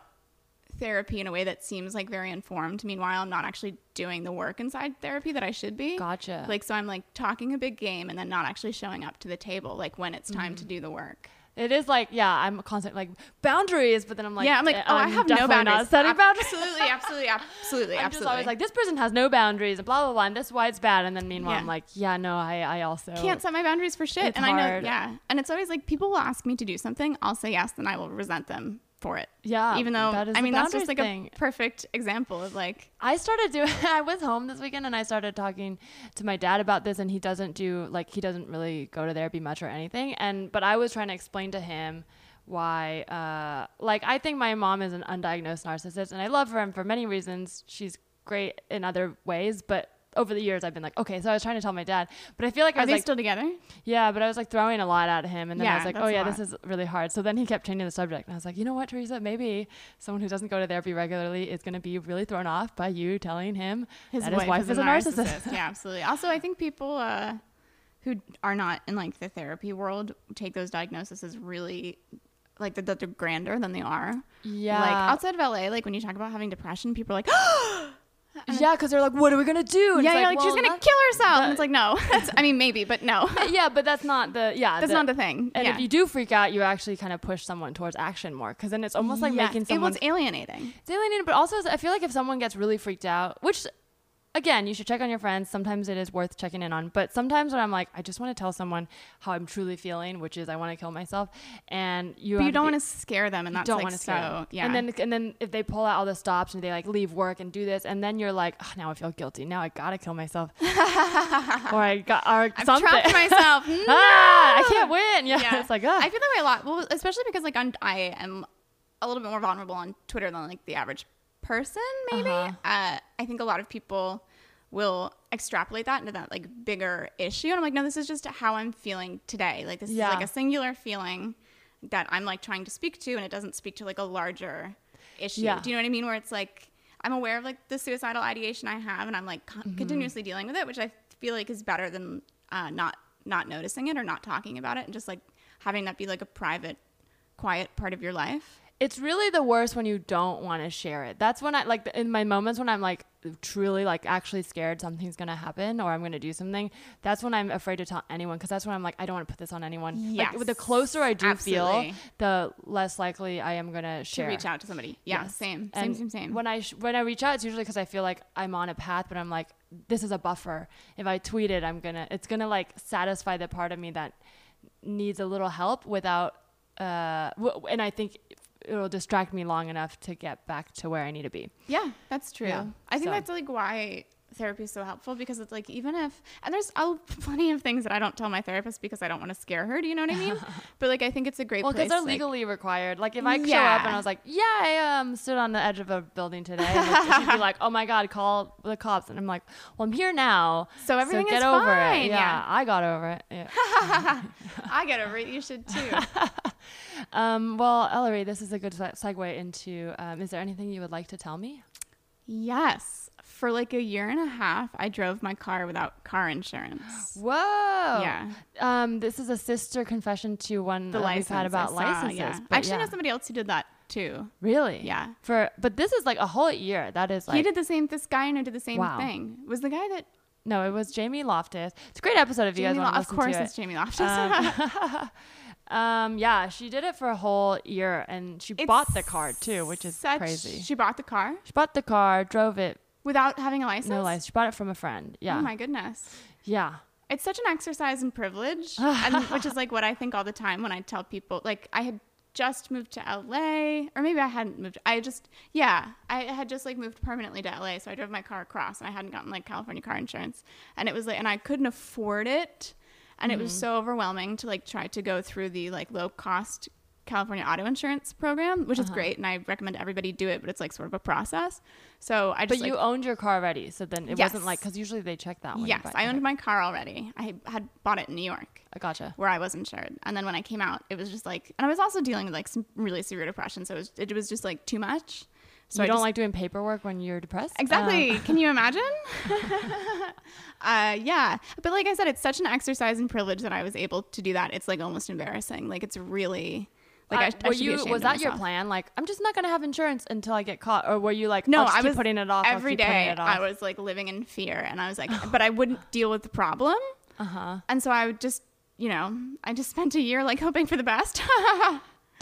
[SPEAKER 3] therapy in a way that seems like very informed meanwhile I'm not actually doing the work inside therapy that I should be.
[SPEAKER 2] Gotcha.
[SPEAKER 3] Like so I'm like talking a big game and then not actually showing up to the table like when it's time
[SPEAKER 2] Mm.
[SPEAKER 3] to do the work.
[SPEAKER 2] It is like, yeah, I'm constant like boundaries, but then I'm like, uh, um,
[SPEAKER 3] yeah, I'm like, oh, i have no
[SPEAKER 2] definitely
[SPEAKER 3] boundaries.
[SPEAKER 2] Not setting
[SPEAKER 3] Ab-
[SPEAKER 2] boundaries.
[SPEAKER 3] Absolutely, absolutely, absolutely,
[SPEAKER 2] I'm just
[SPEAKER 3] absolutely.
[SPEAKER 2] always like, this person has no boundaries, and blah blah blah, and this why it's bad. And then meanwhile,
[SPEAKER 3] Yeah.
[SPEAKER 2] I'm like, yeah, no, I, I also
[SPEAKER 3] can't set my boundaries for shit.
[SPEAKER 2] It's
[SPEAKER 3] and I know,
[SPEAKER 2] Oh. hard.
[SPEAKER 3] yeah. And it's always like people will ask me to do something, I'll say yes, then I will resent them for it.
[SPEAKER 2] Yeah,
[SPEAKER 3] Even though
[SPEAKER 2] that is
[SPEAKER 3] I
[SPEAKER 2] the
[SPEAKER 3] mean that's just like
[SPEAKER 2] boundaries thing.
[SPEAKER 3] a perfect example of like
[SPEAKER 2] I started doing. I was home this weekend, and I started talking to my dad about this. And he doesn't do like he doesn't really go to therapy much or anything. And but I was trying to explain to him why. Uh, like I think my mom is an undiagnosed narcissist, and I love her, and for many reasons, she's great in other ways. But over the years, I've been like, okay. So I was trying to tell my dad, but I feel like I
[SPEAKER 3] are
[SPEAKER 2] was
[SPEAKER 3] they
[SPEAKER 2] like,
[SPEAKER 3] still together?
[SPEAKER 2] Yeah, but I was like throwing a lot at him, and then I
[SPEAKER 3] Yeah,
[SPEAKER 2] was like,
[SPEAKER 3] that's
[SPEAKER 2] "Oh
[SPEAKER 3] a
[SPEAKER 2] yeah,
[SPEAKER 3] lot.
[SPEAKER 2] this is really hard." So then he kept changing the subject, and I was like, "You know what, Teresa? Maybe someone who doesn't go to therapy regularly is going to be really thrown off by you telling him that his wife is, a narcissist."
[SPEAKER 3] yeah, absolutely. Also I think people uh who are not in like the therapy world take those diagnoses as really like that that they're grander than they are.
[SPEAKER 2] yeah,
[SPEAKER 3] Like outside of LA, like when you talk about having depression, people are like, oh,
[SPEAKER 2] yeah, because they're like, "What are we going to do?" And
[SPEAKER 3] yeah,
[SPEAKER 2] it's
[SPEAKER 3] yeah, like she's
[SPEAKER 2] well,
[SPEAKER 3] gonna
[SPEAKER 2] that's-
[SPEAKER 3] kill herself. and it's like, no. That's, I mean, maybe, but no.
[SPEAKER 2] yeah, but that's not the yeah.
[SPEAKER 3] That's not the thing.
[SPEAKER 2] And
[SPEAKER 3] yeah.
[SPEAKER 2] if you do freak out, you actually kind of push someone towards action more, because then it's almost like
[SPEAKER 3] Yes.
[SPEAKER 2] making
[SPEAKER 3] it
[SPEAKER 2] someone
[SPEAKER 3] was alienating.
[SPEAKER 2] It's alienating, but also I feel like if someone gets really freaked out, which again, you should check on your friends. Sometimes it is worth checking in on. But sometimes when I'm like, I just want to tell someone how I'm truly feeling, which is I want to kill myself, and you
[SPEAKER 3] But
[SPEAKER 2] have
[SPEAKER 3] you don't
[SPEAKER 2] be-
[SPEAKER 3] want to scare them, and that's
[SPEAKER 2] don't
[SPEAKER 3] like
[SPEAKER 2] want to
[SPEAKER 3] so.
[SPEAKER 2] so
[SPEAKER 3] Yeah.
[SPEAKER 2] and then and then if they pull out all the stops and they like leave work and do this and then you're like oh, now i feel guilty now i gotta kill myself or i got or
[SPEAKER 3] I've
[SPEAKER 2] something
[SPEAKER 3] trapped myself. No!
[SPEAKER 2] ah i can't win yeah,
[SPEAKER 3] Yeah.
[SPEAKER 2] it's like ah.
[SPEAKER 3] I feel that way a lot. Well, especially because like on I am a little bit more vulnerable on Twitter than like the average person. Maybe uh
[SPEAKER 2] Uh-huh.
[SPEAKER 3] I think a lot of people will extrapolate that into that like bigger issue, and I'm like, no, this is just how I'm feeling today. Like this
[SPEAKER 2] Yeah.
[SPEAKER 3] is like a singular feeling that I'm like trying to speak to, and it doesn't speak to like a larger issue.
[SPEAKER 2] Yeah.
[SPEAKER 3] Do you know what I mean? Where it's like I'm aware of like the suicidal ideation I have, and I'm like con-
[SPEAKER 2] Mm-hmm.
[SPEAKER 3] continuously dealing with it, which I feel like is better than uh, not not noticing it or not talking about it, and just like having that be like a private, quiet part of your life.
[SPEAKER 2] it's really the worst when you don't want to share it. That's when I like in my moments when I'm like truly like actually scared something's gonna happen or I'm gonna do something. That's when I'm afraid to tell anyone because that's when I'm like I don't want to put this on anyone. Like, with the
[SPEAKER 3] Yes,
[SPEAKER 2] closer I do
[SPEAKER 3] absolutely.
[SPEAKER 2] feel, the less likely I am gonna
[SPEAKER 3] To
[SPEAKER 2] share.
[SPEAKER 3] reach out to somebody. Yeah,
[SPEAKER 2] Yes.
[SPEAKER 3] same, same,
[SPEAKER 2] And
[SPEAKER 3] same, same.
[SPEAKER 2] When I sh- when I reach out, it's usually because I feel like I'm on a path, but I'm like, this is a buffer. If I tweet it, I'm gonna it's gonna like satisfy the part of me that needs a little help without. Uh, w- and I think it'll distract me long enough to get back to where I need to be.
[SPEAKER 3] Yeah, that's true.
[SPEAKER 2] Yeah,
[SPEAKER 3] I think
[SPEAKER 2] so.
[SPEAKER 3] that's like why therapy is so helpful because it's like even if and there's i plenty of things that I don't tell my therapist because I don't want to scare her. Do you know what I mean? but like I think it's a great
[SPEAKER 2] Well,
[SPEAKER 3] place.
[SPEAKER 2] because they're
[SPEAKER 3] like-
[SPEAKER 2] legally required. Like if I show
[SPEAKER 3] Yeah.
[SPEAKER 2] up and I was like, yeah, I um stood on the edge of a building today, and she'd be like, oh my god, call the cops, and I'm like, well, I'm here now,
[SPEAKER 3] So everything
[SPEAKER 2] get
[SPEAKER 3] is
[SPEAKER 2] over
[SPEAKER 3] fine,
[SPEAKER 2] it.
[SPEAKER 3] yeah.
[SPEAKER 2] I got over it. Yeah.
[SPEAKER 3] I get over it. You should too.
[SPEAKER 2] Um, well, Ellery, this is a good se- segue into. Um, is there anything you would like to tell me?
[SPEAKER 3] yes. For like a year and a half, I drove my car without car insurance.
[SPEAKER 2] Whoa!
[SPEAKER 3] Yeah.
[SPEAKER 2] Um, this is a sister confession to one
[SPEAKER 3] The
[SPEAKER 2] that
[SPEAKER 3] license
[SPEAKER 2] we've had about
[SPEAKER 3] I saw,
[SPEAKER 2] licenses.
[SPEAKER 3] Yeah.
[SPEAKER 2] but
[SPEAKER 3] I actually
[SPEAKER 2] yeah.
[SPEAKER 3] know somebody else who did that too.
[SPEAKER 2] Really?
[SPEAKER 3] Yeah.
[SPEAKER 2] For but this is like a whole year. That is like
[SPEAKER 3] he did the same. This guy I know did the same
[SPEAKER 2] Wow.
[SPEAKER 3] thing. Was the guy that
[SPEAKER 2] no, it was Jamie Loftus. It's a great episode if you guys
[SPEAKER 3] Jamie
[SPEAKER 2] want
[SPEAKER 3] Lo-
[SPEAKER 2] to listen
[SPEAKER 3] of course
[SPEAKER 2] to it. Uh,
[SPEAKER 3] it's Jamie Loftus.
[SPEAKER 2] um, yeah, she did it for a whole year, and she
[SPEAKER 3] It's
[SPEAKER 2] bought the car too, which is
[SPEAKER 3] such-
[SPEAKER 2] crazy.
[SPEAKER 3] She bought the car
[SPEAKER 2] She bought the car, drove it,
[SPEAKER 3] without having a license.
[SPEAKER 2] no license. She bought it from a friend. Yeah,
[SPEAKER 3] Oh my goodness.
[SPEAKER 2] yeah.
[SPEAKER 3] It's such an exercise in privilege, and, which is like what I think all the time when I tell people, like, I had just moved to LA, or maybe I hadn't moved. I just, yeah, I had just like moved permanently to LA. So I drove my car across and I hadn't gotten like California car insurance. And it was like, and I couldn't afford it. And it was
[SPEAKER 2] Mm-hmm.
[SPEAKER 3] so overwhelming to like try to go through the like low cost California auto insurance program, which
[SPEAKER 2] Uh-huh.
[SPEAKER 3] is great. And I recommend everybody do it, but it's like sort of a process. So I
[SPEAKER 2] But
[SPEAKER 3] just, like,
[SPEAKER 2] you owned your car already, so then it
[SPEAKER 3] Yes.
[SPEAKER 2] wasn't like because usually they check that one.
[SPEAKER 3] yes, I owned my car already. I had bought it in New York
[SPEAKER 2] I gotcha.
[SPEAKER 3] where I was insured. And then when I came out, it was just like, and I was also dealing with like some really severe depression. So it was, it was just like too much. So
[SPEAKER 2] you
[SPEAKER 3] I
[SPEAKER 2] don't
[SPEAKER 3] just-
[SPEAKER 2] like doing paperwork when you're depressed. Um,
[SPEAKER 3] exactly. Can you imagine? uh, yeah. But like I said, it's such an exercise in privilege that I was able to do that. It's like almost embarrassing. Like it's really like I, I
[SPEAKER 2] Uh, were
[SPEAKER 3] should be
[SPEAKER 2] you
[SPEAKER 3] ashamed
[SPEAKER 2] was
[SPEAKER 3] of
[SPEAKER 2] that your
[SPEAKER 3] myself.
[SPEAKER 2] plan? Like, I'm just not gonna have insurance until I get caught, or were you like,
[SPEAKER 3] No,
[SPEAKER 2] I'll just
[SPEAKER 3] I
[SPEAKER 2] keep
[SPEAKER 3] was
[SPEAKER 2] putting it off I'll
[SPEAKER 3] every
[SPEAKER 2] keep putting
[SPEAKER 3] day.
[SPEAKER 2] it off.
[SPEAKER 3] I was like living in fear, and I was like, but I wouldn't deal with the problem.
[SPEAKER 2] Uh huh.
[SPEAKER 3] And so I would just, you know, I just spent a year like hoping for the best.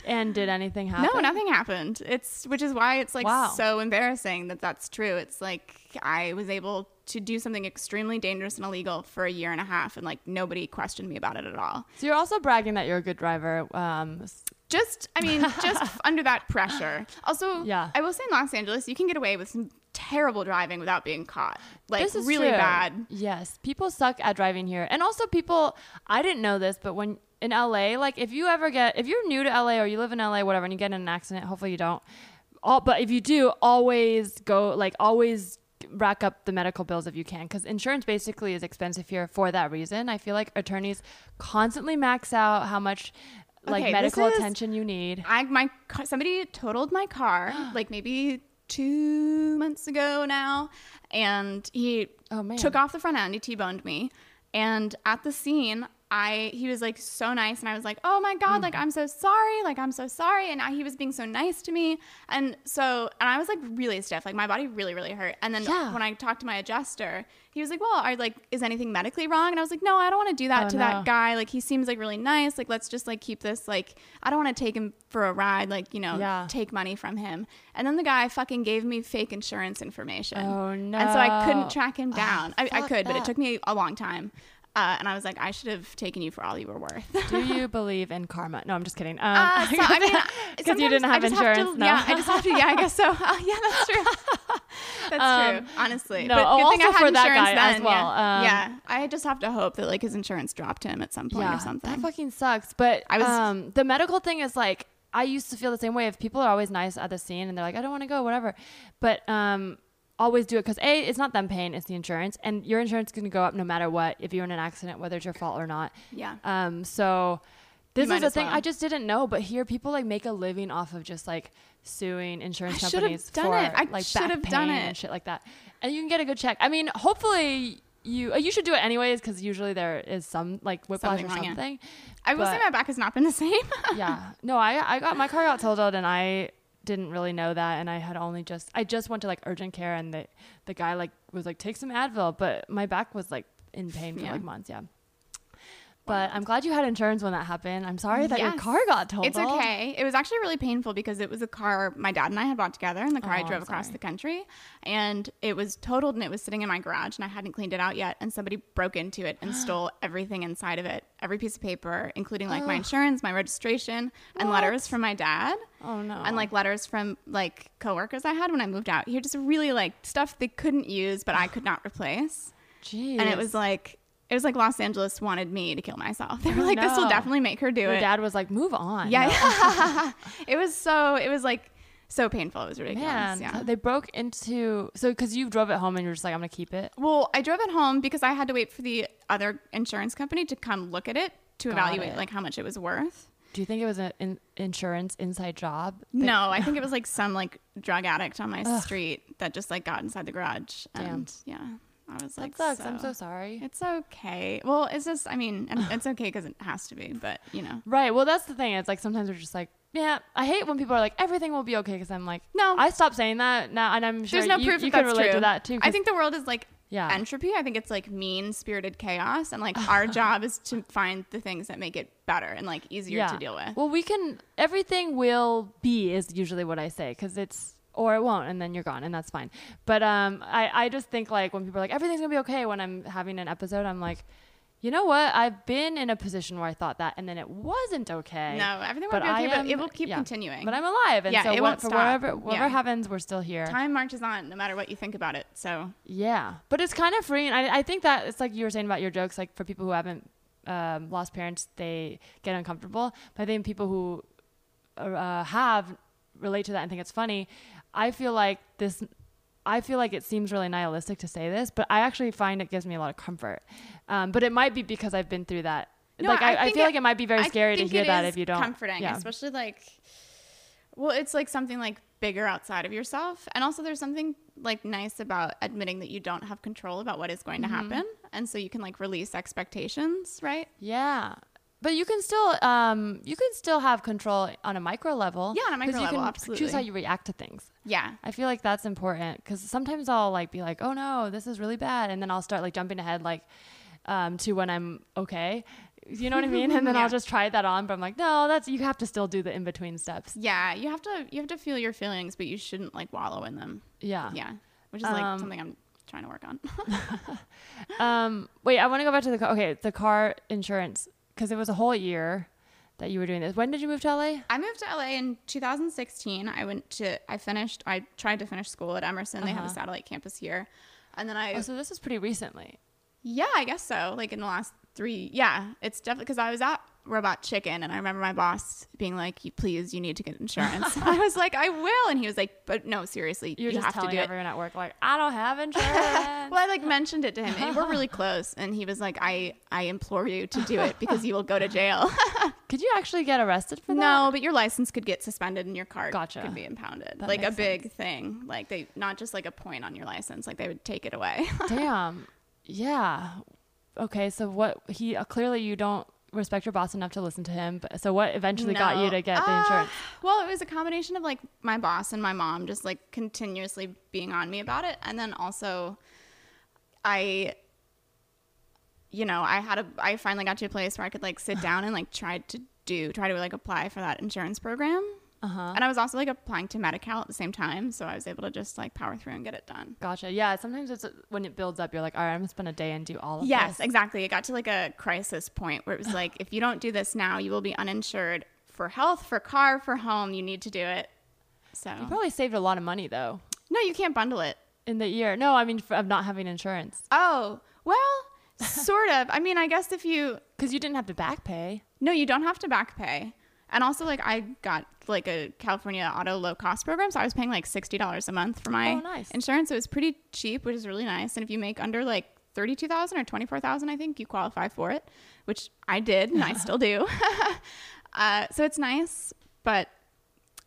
[SPEAKER 2] And did anything happen?
[SPEAKER 3] No, nothing happened. It's which is why it's like
[SPEAKER 2] Wow.
[SPEAKER 3] so embarrassing that that's true. It's like I was able to do something extremely dangerous and illegal for a year and a half, and like nobody questioned me about it at all.
[SPEAKER 2] So you're also bragging that you're a good driver. Um, s-
[SPEAKER 3] Just, I mean, just under that pressure. Also,
[SPEAKER 2] Yeah.
[SPEAKER 3] I will say in Los Angeles, you can get away with some terrible driving without being caught. Like
[SPEAKER 2] this is
[SPEAKER 3] really
[SPEAKER 2] true.
[SPEAKER 3] bad.
[SPEAKER 2] Yes, people suck at driving here, and also people. I didn't know this, but when in LA, like if you ever get if you're new to LA or you live in LA, whatever, and you get in an accident, hopefully you don't. All, but if you do, always go like always rack up the medical bills if you can because insurance basically is expensive here for that reason. I feel like attorneys constantly max out how much like
[SPEAKER 3] Okay, this
[SPEAKER 2] medical
[SPEAKER 3] is-
[SPEAKER 2] attention you need.
[SPEAKER 3] I my ca- somebody totaled my car like maybe two months ago now, and he
[SPEAKER 2] Oh, man.
[SPEAKER 3] took off the front end. He t-boned me, and at the scene, I he was like so nice and I was like, "Oh my
[SPEAKER 2] Hmm.
[SPEAKER 3] god, like I'm so sorry, like I'm so sorry." And I, he was being so nice to me. And so and I was like really stiff. Like my body really really hurt. And then
[SPEAKER 2] Yeah.
[SPEAKER 3] when I talked to my adjuster, he was like, "Well, are like is anything medically wrong?" And I was like, "No, I don't want to do that
[SPEAKER 2] Oh,
[SPEAKER 3] to
[SPEAKER 2] no.
[SPEAKER 3] that guy. Like he seems like really nice. Like let's just like keep this like I don't want to take him for a ride, like, you know,
[SPEAKER 2] Yeah.
[SPEAKER 3] take money from him." And then the guy fucking gave me fake insurance information.
[SPEAKER 2] Oh,
[SPEAKER 3] And so I
[SPEAKER 2] no. Ah,
[SPEAKER 3] couldn't track him down. I, I
[SPEAKER 2] fuck
[SPEAKER 3] could, but
[SPEAKER 2] that.
[SPEAKER 3] it took me a long time. Uh, and I was like, I should have taken you for all you were worth.
[SPEAKER 2] Do you believe in karma? No, I'm just kidding. Um,
[SPEAKER 3] Uh, so, I mean,
[SPEAKER 2] because you
[SPEAKER 3] sometimes
[SPEAKER 2] didn't
[SPEAKER 3] I
[SPEAKER 2] have
[SPEAKER 3] just
[SPEAKER 2] insurance.
[SPEAKER 3] to,
[SPEAKER 2] no.
[SPEAKER 3] Yeah, I just have to. Yeah, I guess so. Uh, yeah, that's true. that's
[SPEAKER 2] Um,
[SPEAKER 3] true. Honestly,
[SPEAKER 2] no,
[SPEAKER 3] but good
[SPEAKER 2] oh,
[SPEAKER 3] thing I
[SPEAKER 2] also
[SPEAKER 3] had
[SPEAKER 2] for that
[SPEAKER 3] insurance
[SPEAKER 2] guy
[SPEAKER 3] then,
[SPEAKER 2] as well.
[SPEAKER 3] Yeah.
[SPEAKER 2] Um,
[SPEAKER 3] yeah, I just have to hope that like his insurance dropped him at some point or
[SPEAKER 2] That
[SPEAKER 3] something.
[SPEAKER 2] fucking sucks. But
[SPEAKER 3] I was-
[SPEAKER 2] um, the medical thing is like I used to feel the same way. If people are always nice at the scene and they're like, I don't want to go, whatever, but um, always do it because a, it's not them paying, it's the insurance, and your insurance is going to go up no matter what if you're in an accident, whether it's your fault or not.
[SPEAKER 3] Yeah.
[SPEAKER 2] Um. So. This
[SPEAKER 3] might
[SPEAKER 2] is a
[SPEAKER 3] as
[SPEAKER 2] thing
[SPEAKER 3] well.
[SPEAKER 2] I just didn't know, but here people like make a living off of just like suing insurance
[SPEAKER 3] I should have
[SPEAKER 2] companies
[SPEAKER 3] done
[SPEAKER 2] for
[SPEAKER 3] it. I
[SPEAKER 2] like
[SPEAKER 3] should
[SPEAKER 2] back
[SPEAKER 3] have done
[SPEAKER 2] pain
[SPEAKER 3] it.
[SPEAKER 2] and shit like that, and you can get a good check. I mean, hopefully you uh, you should do it anyways because usually there is some like whiplash
[SPEAKER 3] Something
[SPEAKER 2] or
[SPEAKER 3] wrong, yeah.
[SPEAKER 2] something.
[SPEAKER 3] I will say
[SPEAKER 2] but-
[SPEAKER 3] my back has not been the same.
[SPEAKER 2] yeah. No, I I got my car got totaled and I didn't really know that and I had only just I just went to like urgent care and the the guy like was like take some Advil but my back was like in pain for
[SPEAKER 3] Yeah.
[SPEAKER 2] like months, yeah. But I'm glad you had insurance when that happened. I'm sorry that your
[SPEAKER 3] Yes.
[SPEAKER 2] car got totaled.
[SPEAKER 3] It's okay. It was actually really painful because it was a car my dad and I had bought together and the car
[SPEAKER 2] Oh,
[SPEAKER 3] I drove
[SPEAKER 2] I'm
[SPEAKER 3] across
[SPEAKER 2] sorry.
[SPEAKER 3] the country. And it was totaled and it was sitting in my garage and I hadn't cleaned it out yet. And somebody broke into it and stole everything inside of it every piece of paper, including like my insurance, my registration, and letters from my dad.
[SPEAKER 2] Oh no.
[SPEAKER 3] And like letters from like coworkers I had when I moved out here, just really like stuff they couldn't use, but I could not replace
[SPEAKER 2] Jeez.
[SPEAKER 3] and it was like it was like Los Angeles wanted me to kill myself. They were
[SPEAKER 2] Oh,
[SPEAKER 3] like, "This
[SPEAKER 2] no.
[SPEAKER 3] will definitely make her do
[SPEAKER 2] your
[SPEAKER 3] it."
[SPEAKER 2] dad was like, move on.
[SPEAKER 3] yeah, it was so it was like so painful. It was
[SPEAKER 2] No.
[SPEAKER 3] ridiculous.
[SPEAKER 2] Man, uh,
[SPEAKER 3] yeah.
[SPEAKER 2] they broke into so because you drove it home and you're just like, I'm gonna keep it.
[SPEAKER 3] well, I drove it home because I had to wait for the other insurance company to come look at it to
[SPEAKER 2] Got
[SPEAKER 3] evaluate
[SPEAKER 2] it.
[SPEAKER 3] like how much it was worth.
[SPEAKER 2] Do you think it was an in- insurance inside job? They-
[SPEAKER 3] no, I think it was like some like drug addict on my street that just like got inside the garage. And yeah, I was
[SPEAKER 2] that
[SPEAKER 3] like,
[SPEAKER 2] sucks. I'm so sorry.
[SPEAKER 3] It's okay. Well, it's just I mean, and it's okay because it has to be, but you know.
[SPEAKER 2] Right. Well, that's the thing. It's like sometimes we're just like, yeah. I hate when people are like, everything will be okay, because I'm like,
[SPEAKER 3] No.
[SPEAKER 2] I stopped saying that now, and I'm sure
[SPEAKER 3] There's no
[SPEAKER 2] you,
[SPEAKER 3] proof
[SPEAKER 2] you
[SPEAKER 3] that
[SPEAKER 2] can
[SPEAKER 3] that's
[SPEAKER 2] relate
[SPEAKER 3] true.
[SPEAKER 2] to that too.
[SPEAKER 3] I
[SPEAKER 2] 'cause-
[SPEAKER 3] think the world is like
[SPEAKER 2] Yeah.
[SPEAKER 3] entropy. I think it's like mean spirited chaos, and like our job is to find the things that make it better and like easier to deal with.
[SPEAKER 2] Well, we can. Everything will be is usually what I say, because it's or it won't, and then you're gone, and that's fine. But um, I I just think like when people are like, everything's gonna be okay. When I'm having an episode, I'm like. You know what? I've been in a position where I thought that, and then it wasn't okay.
[SPEAKER 3] No, everything will be okay, but it will keep continuing.
[SPEAKER 2] But I'm alive, and
[SPEAKER 3] Yeah,
[SPEAKER 2] so
[SPEAKER 3] it
[SPEAKER 2] what,
[SPEAKER 3] won't
[SPEAKER 2] for
[SPEAKER 3] stop.
[SPEAKER 2] whatever whatever
[SPEAKER 3] Yeah.
[SPEAKER 2] happens, we're still here.
[SPEAKER 3] Time marches on, no matter what you think about it. So
[SPEAKER 2] Yeah, but it's kind of freeing. I, I think that it's like you were saying about your jokes. Like for people who haven't um, lost parents, they get uncomfortable. But I think people who uh, have relate to that and think it's funny. I feel like this. I feel like it seems really nihilistic to say this, but I actually find it gives me a lot of comfort. Um, but it might be because I've been through that.
[SPEAKER 3] No,
[SPEAKER 2] like I, I,
[SPEAKER 3] think
[SPEAKER 2] feel like it might be very
[SPEAKER 3] I
[SPEAKER 2] scary to
[SPEAKER 3] think
[SPEAKER 2] hear
[SPEAKER 3] it
[SPEAKER 2] that
[SPEAKER 3] is
[SPEAKER 2] if you don't.
[SPEAKER 3] comforting,
[SPEAKER 2] yeah.
[SPEAKER 3] especially like well, it's like something like bigger outside of yourself, and also there's something like nice about admitting that you don't have control about what is going to
[SPEAKER 2] Mm-hmm.
[SPEAKER 3] happen, and so you can like release expectations, right?
[SPEAKER 2] Yeah. But you can still um, you can still have control on a micro level.
[SPEAKER 3] Yeah, on a
[SPEAKER 2] 'cause
[SPEAKER 3] micro
[SPEAKER 2] you
[SPEAKER 3] level,
[SPEAKER 2] can Choose how
[SPEAKER 3] absolutely.
[SPEAKER 2] you react to things.
[SPEAKER 3] Yeah,
[SPEAKER 2] I feel like that's important because sometimes I'll like be like, oh no, this is really bad, and then I'll start like jumping ahead like um, to when I'm okay. You know what I mean? And then
[SPEAKER 3] Yeah.
[SPEAKER 2] I'll just try that on, but I'm like, no, that's you have to still do the in between steps.
[SPEAKER 3] Yeah, you have to you have to feel your feelings, but you shouldn't like wallow in them.
[SPEAKER 2] Yeah.
[SPEAKER 3] Yeah, which is like
[SPEAKER 2] Uh-huh. Um,
[SPEAKER 3] something I'm trying to work on.
[SPEAKER 2] Um. Wait, I want to go back to the car. Okay, the car insurance because it was a whole year that you were doing this. When did you move to LA?
[SPEAKER 3] I moved to LA in 2016. I went to I finished I tried to finish school at Emerson. They have a
[SPEAKER 2] Uh-huh.
[SPEAKER 3] satellite campus here, and then I
[SPEAKER 2] Oh, so this was pretty recently.
[SPEAKER 3] yeah I guess so. Like in the last three yeah, it's definitely because I was at Robot Chicken and I remember my boss being like, "You- "Please, you need to get insurance." I was like, "I will," and he was like, "But no, seriously,
[SPEAKER 2] You're
[SPEAKER 3] you
[SPEAKER 2] just
[SPEAKER 3] have to
[SPEAKER 2] telling
[SPEAKER 3] do it."
[SPEAKER 2] everyone at work like, I don't have insurance.
[SPEAKER 3] Well, I like mentioned it to him, and we're really close. And he was like, "I, I implore you to do it because you will go to jail."
[SPEAKER 2] Could you actually get arrested for that?
[SPEAKER 3] no, but your license could get suspended, and your card
[SPEAKER 2] Gotcha.
[SPEAKER 3] could be impounded.
[SPEAKER 2] That
[SPEAKER 3] like a
[SPEAKER 2] makes
[SPEAKER 3] big thing. Like they, not just like a point on your license. Like they would take it away.
[SPEAKER 2] Damn. Yeah. okay, so what he uh, clearly you don't respect your boss enough to listen to him. But so what eventually got you
[SPEAKER 3] No.
[SPEAKER 2] to get the
[SPEAKER 3] Uh,
[SPEAKER 2] insurance?
[SPEAKER 3] Well, it was a combination of like my boss and my mom just like continuously being on me about it, and then also, I, you know, I had a I finally got to a place where I could like sit down and like try to do try to like apply for that insurance program,
[SPEAKER 2] Uh-huh.
[SPEAKER 3] and I was also like applying to Medi-Cal at the same time, so I was able to just like power through and get it done.
[SPEAKER 2] Gotcha. Yeah. Sometimes it's uh, when it builds up, you're like, all right, I'm gonna spend a day and do all of
[SPEAKER 3] Yes,
[SPEAKER 2] this.
[SPEAKER 3] exactly. It got to like a crisis point where it was like, if you don't do this now, you will be uninsured for health, for car, for home. You need to do it. So
[SPEAKER 2] You probably saved a lot of money though
[SPEAKER 3] no, you can't bundle it.
[SPEAKER 2] in the year. No, I mean f- of not having insurance
[SPEAKER 3] Oh well, sort of. I mean, I guess if you
[SPEAKER 2] because you didn't have to back pay.
[SPEAKER 3] no, you don't have to back pay. And also, like I got like a California auto low cost program, so I was paying like sixty dollars a month for my
[SPEAKER 2] Oh, nice.
[SPEAKER 3] insurance. It was pretty cheap, which is really nice. And if you make under like thirty two thousand or twenty four thousand, I think you qualify for it, which I did, and I still do. uh, so it's nice, but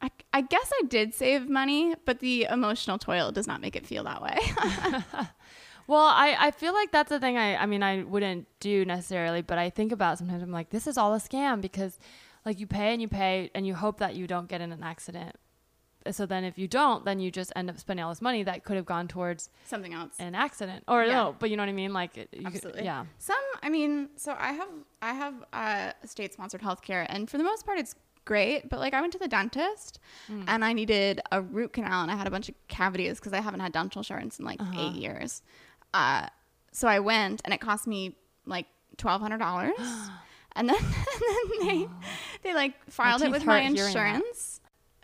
[SPEAKER 3] I, I guess I did save money, but the emotional toil does not make it feel that way.
[SPEAKER 2] Well, I, I feel like that's the thing I, I mean, I wouldn't do necessarily, but I think about sometimes I'm like, this is all a scam because like you pay and you pay and you hope that you don't get in an accident. So then if you don't, then you just end up spending all this money that could have gone towards
[SPEAKER 3] Something else.
[SPEAKER 2] an accident or
[SPEAKER 3] Yeah.
[SPEAKER 2] no, but you know what I mean? Like, it, you could-
[SPEAKER 3] Absolutely.
[SPEAKER 2] yeah.
[SPEAKER 3] Some, I mean, so I have I have uh, state sponsored healthcare, and for the most part, it's great. But like, I went to the dentist,
[SPEAKER 2] Mm.
[SPEAKER 3] and I needed a root canal, and I had a bunch of cavities because I haven't had dental insurance in like
[SPEAKER 2] Uh-huh.
[SPEAKER 3] eight years. Uh, so I went, and it cost me like twelve hundred dollars. And then, and then they, they like filed it
[SPEAKER 2] Oh. teeth
[SPEAKER 3] with my
[SPEAKER 2] hurt hearing that.
[SPEAKER 3] insurance.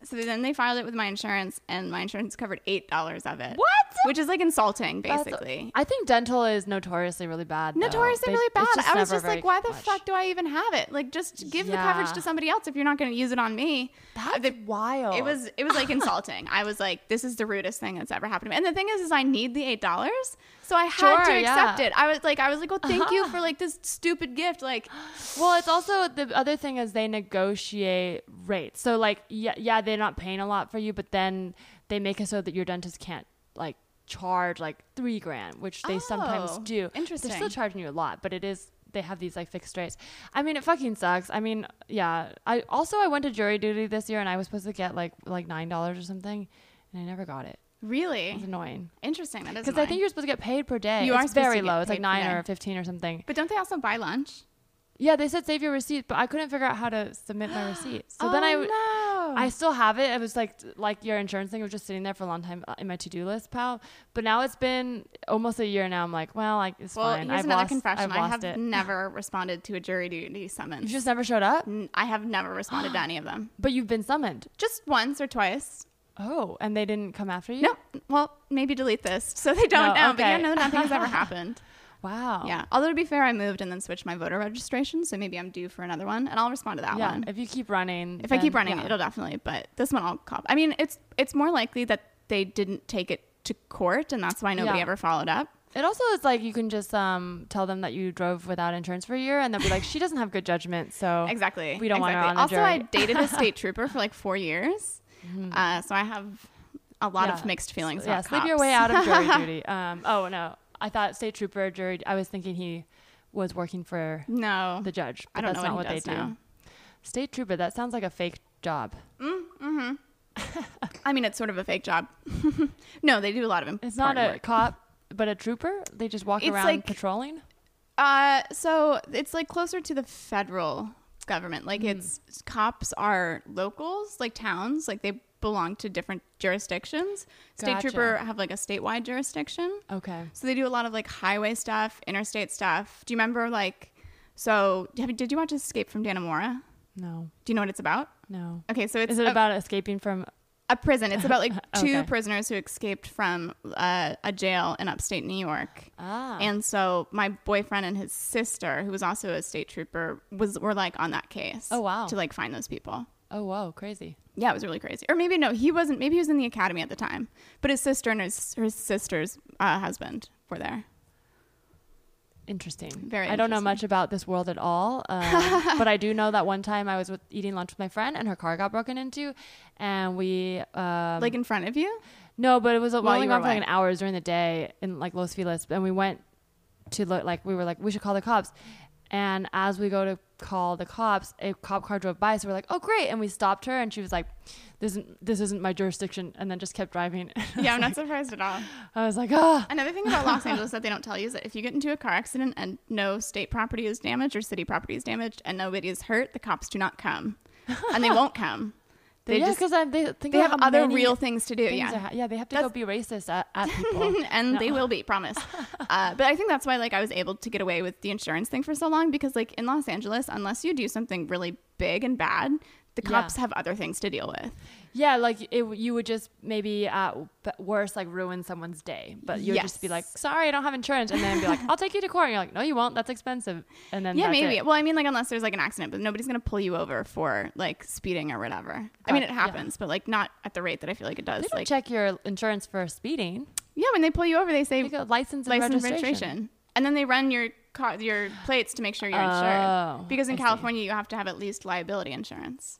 [SPEAKER 3] So then they filed it with my insurance, and my insurance covered eight dollars of it.
[SPEAKER 2] What?
[SPEAKER 3] Which is like insulting,
[SPEAKER 2] That's-
[SPEAKER 3] basically.
[SPEAKER 2] I think dental is notoriously really bad. though.
[SPEAKER 3] Notoriously
[SPEAKER 2] They-
[SPEAKER 3] really
[SPEAKER 2] it's
[SPEAKER 3] bad. I was
[SPEAKER 2] never
[SPEAKER 3] just like,
[SPEAKER 2] very
[SPEAKER 3] why the
[SPEAKER 2] much.
[SPEAKER 3] fuck do I even have it? Like, just give the coverage
[SPEAKER 2] Yeah.
[SPEAKER 3] to somebody else if you're not going to use it on me.
[SPEAKER 2] That's
[SPEAKER 3] The-
[SPEAKER 2] wild.
[SPEAKER 3] It was it was like insulting. I was like, this is the rudest thing that's ever happened to me. And the thing is, is I need the eight dollars, so I had
[SPEAKER 2] Sure,
[SPEAKER 3] to accept
[SPEAKER 2] yeah. Uh-huh.
[SPEAKER 3] it. I was like, I was like, well, thank you for like this stupid gift. Like,
[SPEAKER 2] Well, it's also the other thing is they negotiate rates. So like yeah, yeah, they're not paying a lot for you, but then they make it so that your dentist can't like charge like three grand, which they sometimes
[SPEAKER 3] Oh,
[SPEAKER 2] do.
[SPEAKER 3] interesting.
[SPEAKER 2] They're still charging you a lot, but it is they have these like fixed rates. I mean, it fucking sucks. I mean, yeah. I also I went to jury duty this year and I was supposed to get like like nine dollars or something, and I never got it. It's
[SPEAKER 3] really
[SPEAKER 2] annoying
[SPEAKER 3] interesting. That is
[SPEAKER 2] because I
[SPEAKER 3] annoying.
[SPEAKER 2] think you're supposed to get paid per day.
[SPEAKER 3] You are
[SPEAKER 2] it's
[SPEAKER 3] supposed to
[SPEAKER 2] very
[SPEAKER 3] get
[SPEAKER 2] low. It's like
[SPEAKER 3] paid per
[SPEAKER 2] nine
[SPEAKER 3] day.
[SPEAKER 2] or fifteen or something.
[SPEAKER 3] But don't they also buy lunch?
[SPEAKER 2] Yeah, they said save your receipt, but I couldn't figure out how to submit my receipt. So then I,
[SPEAKER 3] Oh,
[SPEAKER 2] w-
[SPEAKER 3] no.
[SPEAKER 2] I still have it. It was like like your insurance thing was just sitting there for a long time uh, in my to do list, pal. But now it's been almost a year now. I'm like, well, like it's
[SPEAKER 3] well,
[SPEAKER 2] fine.
[SPEAKER 3] here's
[SPEAKER 2] I've
[SPEAKER 3] another
[SPEAKER 2] lost,
[SPEAKER 3] confession.
[SPEAKER 2] I've
[SPEAKER 3] I
[SPEAKER 2] lost
[SPEAKER 3] have
[SPEAKER 2] it.
[SPEAKER 3] never responded to a jury duty summons.
[SPEAKER 2] You just never showed up,
[SPEAKER 3] N- I have never responded to any of them.
[SPEAKER 2] but you've been summoned.
[SPEAKER 3] Just once or twice.
[SPEAKER 2] Oh, and they didn't come after you.
[SPEAKER 3] No. Well, maybe delete this so they
[SPEAKER 2] No,
[SPEAKER 3] don't know. But yeah,
[SPEAKER 2] okay. Oh.
[SPEAKER 3] no, nothing's ever happened.
[SPEAKER 2] Wow.
[SPEAKER 3] Yeah. Although to be fair, I moved and then switched my voter registration, so maybe I'm due for another one, and I'll respond to that
[SPEAKER 2] Yeah.
[SPEAKER 3] one. If,
[SPEAKER 2] If you keep running,
[SPEAKER 3] I
[SPEAKER 2] then-
[SPEAKER 3] keep running,
[SPEAKER 2] yeah.
[SPEAKER 3] it'll definitely. But this one, I'll call. I mean, it's it's more likely that they didn't take it to court, and that's why nobody
[SPEAKER 2] Yeah.
[SPEAKER 3] ever followed up.
[SPEAKER 2] It also is like you can just um tell them that you drove without insurance for a year, and they'll be like, she doesn't have good judgment, so
[SPEAKER 3] Exactly.
[SPEAKER 2] Oh, we don't want her
[SPEAKER 3] exactly.
[SPEAKER 2] on the
[SPEAKER 3] Also,
[SPEAKER 2] jury. Mm-hmm.
[SPEAKER 3] I dated a state trooper for like four years, uh, so I have a lot
[SPEAKER 2] Yeah.
[SPEAKER 3] of mixed feelings.
[SPEAKER 2] Yeah,
[SPEAKER 3] about
[SPEAKER 2] sleep your
[SPEAKER 3] cops.
[SPEAKER 2] way out of jury duty. Um, oh no, I thought state trooper jury. I was thinking he was working for
[SPEAKER 3] No.
[SPEAKER 2] the judge. But
[SPEAKER 3] I don't
[SPEAKER 2] that's
[SPEAKER 3] know
[SPEAKER 2] not
[SPEAKER 3] what
[SPEAKER 2] what
[SPEAKER 3] he
[SPEAKER 2] they
[SPEAKER 3] does
[SPEAKER 2] do.
[SPEAKER 3] now.
[SPEAKER 2] State trooper. That sounds like a fake job.
[SPEAKER 3] I mean, it's sort of a fake job. no, they do a lot of important
[SPEAKER 2] It's not a
[SPEAKER 3] work.
[SPEAKER 2] cop, but a trooper. They just walk
[SPEAKER 3] It's
[SPEAKER 2] around
[SPEAKER 3] like-
[SPEAKER 2] patrolling.
[SPEAKER 3] Uh, so it's like closer to the federal government. Like
[SPEAKER 2] Hmm.
[SPEAKER 3] it's cops are locals, like towns, like they belong to different jurisdictions. State
[SPEAKER 2] Gotcha.
[SPEAKER 3] trooper have like a statewide jurisdiction.
[SPEAKER 2] Okay.
[SPEAKER 3] So they do a lot of like highway stuff, interstate stuff. Do you remember like so have, did you watch Escape from Danamora?
[SPEAKER 2] No.
[SPEAKER 3] Do you know what it's about?
[SPEAKER 2] No.
[SPEAKER 3] Okay, so it's
[SPEAKER 2] Is it
[SPEAKER 3] a-
[SPEAKER 2] about escaping from?
[SPEAKER 3] a prison. It's about like two
[SPEAKER 2] Okay.
[SPEAKER 3] prisoners who escaped from uh, a jail in upstate New York.
[SPEAKER 2] Ah.
[SPEAKER 3] And so my boyfriend and his sister, who was also a state trooper, was were like on that case.
[SPEAKER 2] Oh, wow.
[SPEAKER 3] To like find those people.
[SPEAKER 2] Oh whoa, crazy.
[SPEAKER 3] Yeah, it was really crazy. Or maybe no, he wasn't. Maybe he was in the academy at the time. But his sister and his, her sister's uh, husband were there.
[SPEAKER 2] Interesting.
[SPEAKER 3] Very
[SPEAKER 2] I don't know
[SPEAKER 3] interesting.
[SPEAKER 2] much about this world at all, um, but I do know that one time I was with, eating lunch with my friend, and her car got broken into, and we um,
[SPEAKER 3] like in front of you.
[SPEAKER 2] No, but it was we
[SPEAKER 3] While
[SPEAKER 2] only
[SPEAKER 3] you
[SPEAKER 2] gone
[SPEAKER 3] were
[SPEAKER 2] for like an
[SPEAKER 3] away.
[SPEAKER 2] hours during the day in like Los Feliz, and we went to look like we were like we should call the cops and as we go to call the cops a cop car drove by so we're like oh great and we stopped her and she was like this isn't this isn't my jurisdiction and then just kept driving
[SPEAKER 3] Yeah, I'm not surprised at all.
[SPEAKER 2] i was like ah
[SPEAKER 3] Another thing about Los Angeles that they don't tell you is that if you get into a car accident and no state property is damaged or city property is damaged and nobody is hurt, the cops do not come, and they won't come. They
[SPEAKER 2] yeah,
[SPEAKER 3] just
[SPEAKER 2] because they think
[SPEAKER 3] they have
[SPEAKER 2] about how
[SPEAKER 3] other
[SPEAKER 2] many
[SPEAKER 3] real things to do.
[SPEAKER 2] things
[SPEAKER 3] yeah,
[SPEAKER 2] are ha- yeah, they have to go
[SPEAKER 3] That's-
[SPEAKER 2] be racist at, at people.
[SPEAKER 3] and they will be promise uh, but i think that's why like i was able to get away with the insurance thing for so long because like in los angeles unless you do something really big and bad the
[SPEAKER 2] Yeah.
[SPEAKER 3] cops have other things to deal with
[SPEAKER 2] yeah, like it, you would just maybe at b- worst like ruin someone's day, but you'd just be like,
[SPEAKER 3] Yes.
[SPEAKER 2] "Sorry, I don't have insurance," and then be like, "I'll take you to court," and you're like, "No, you won't. That's expensive." And then
[SPEAKER 3] yeah
[SPEAKER 2] that's
[SPEAKER 3] maybe
[SPEAKER 2] it.
[SPEAKER 3] well i mean like unless there's like an accident but nobody's gonna pull you over for like speeding or whatever i mean it
[SPEAKER 2] Gotcha, yeah.
[SPEAKER 3] happens but like not at the rate that i feel like it does
[SPEAKER 2] They don't
[SPEAKER 3] like
[SPEAKER 2] check your insurance for speeding.
[SPEAKER 3] yeah when they pull you over they say
[SPEAKER 2] They go license and
[SPEAKER 3] license
[SPEAKER 2] registration.
[SPEAKER 3] registration and then they run your car, your plates to make sure you're
[SPEAKER 2] Oh,
[SPEAKER 3] insured because in
[SPEAKER 2] I see.
[SPEAKER 3] california you have to have at least liability insurance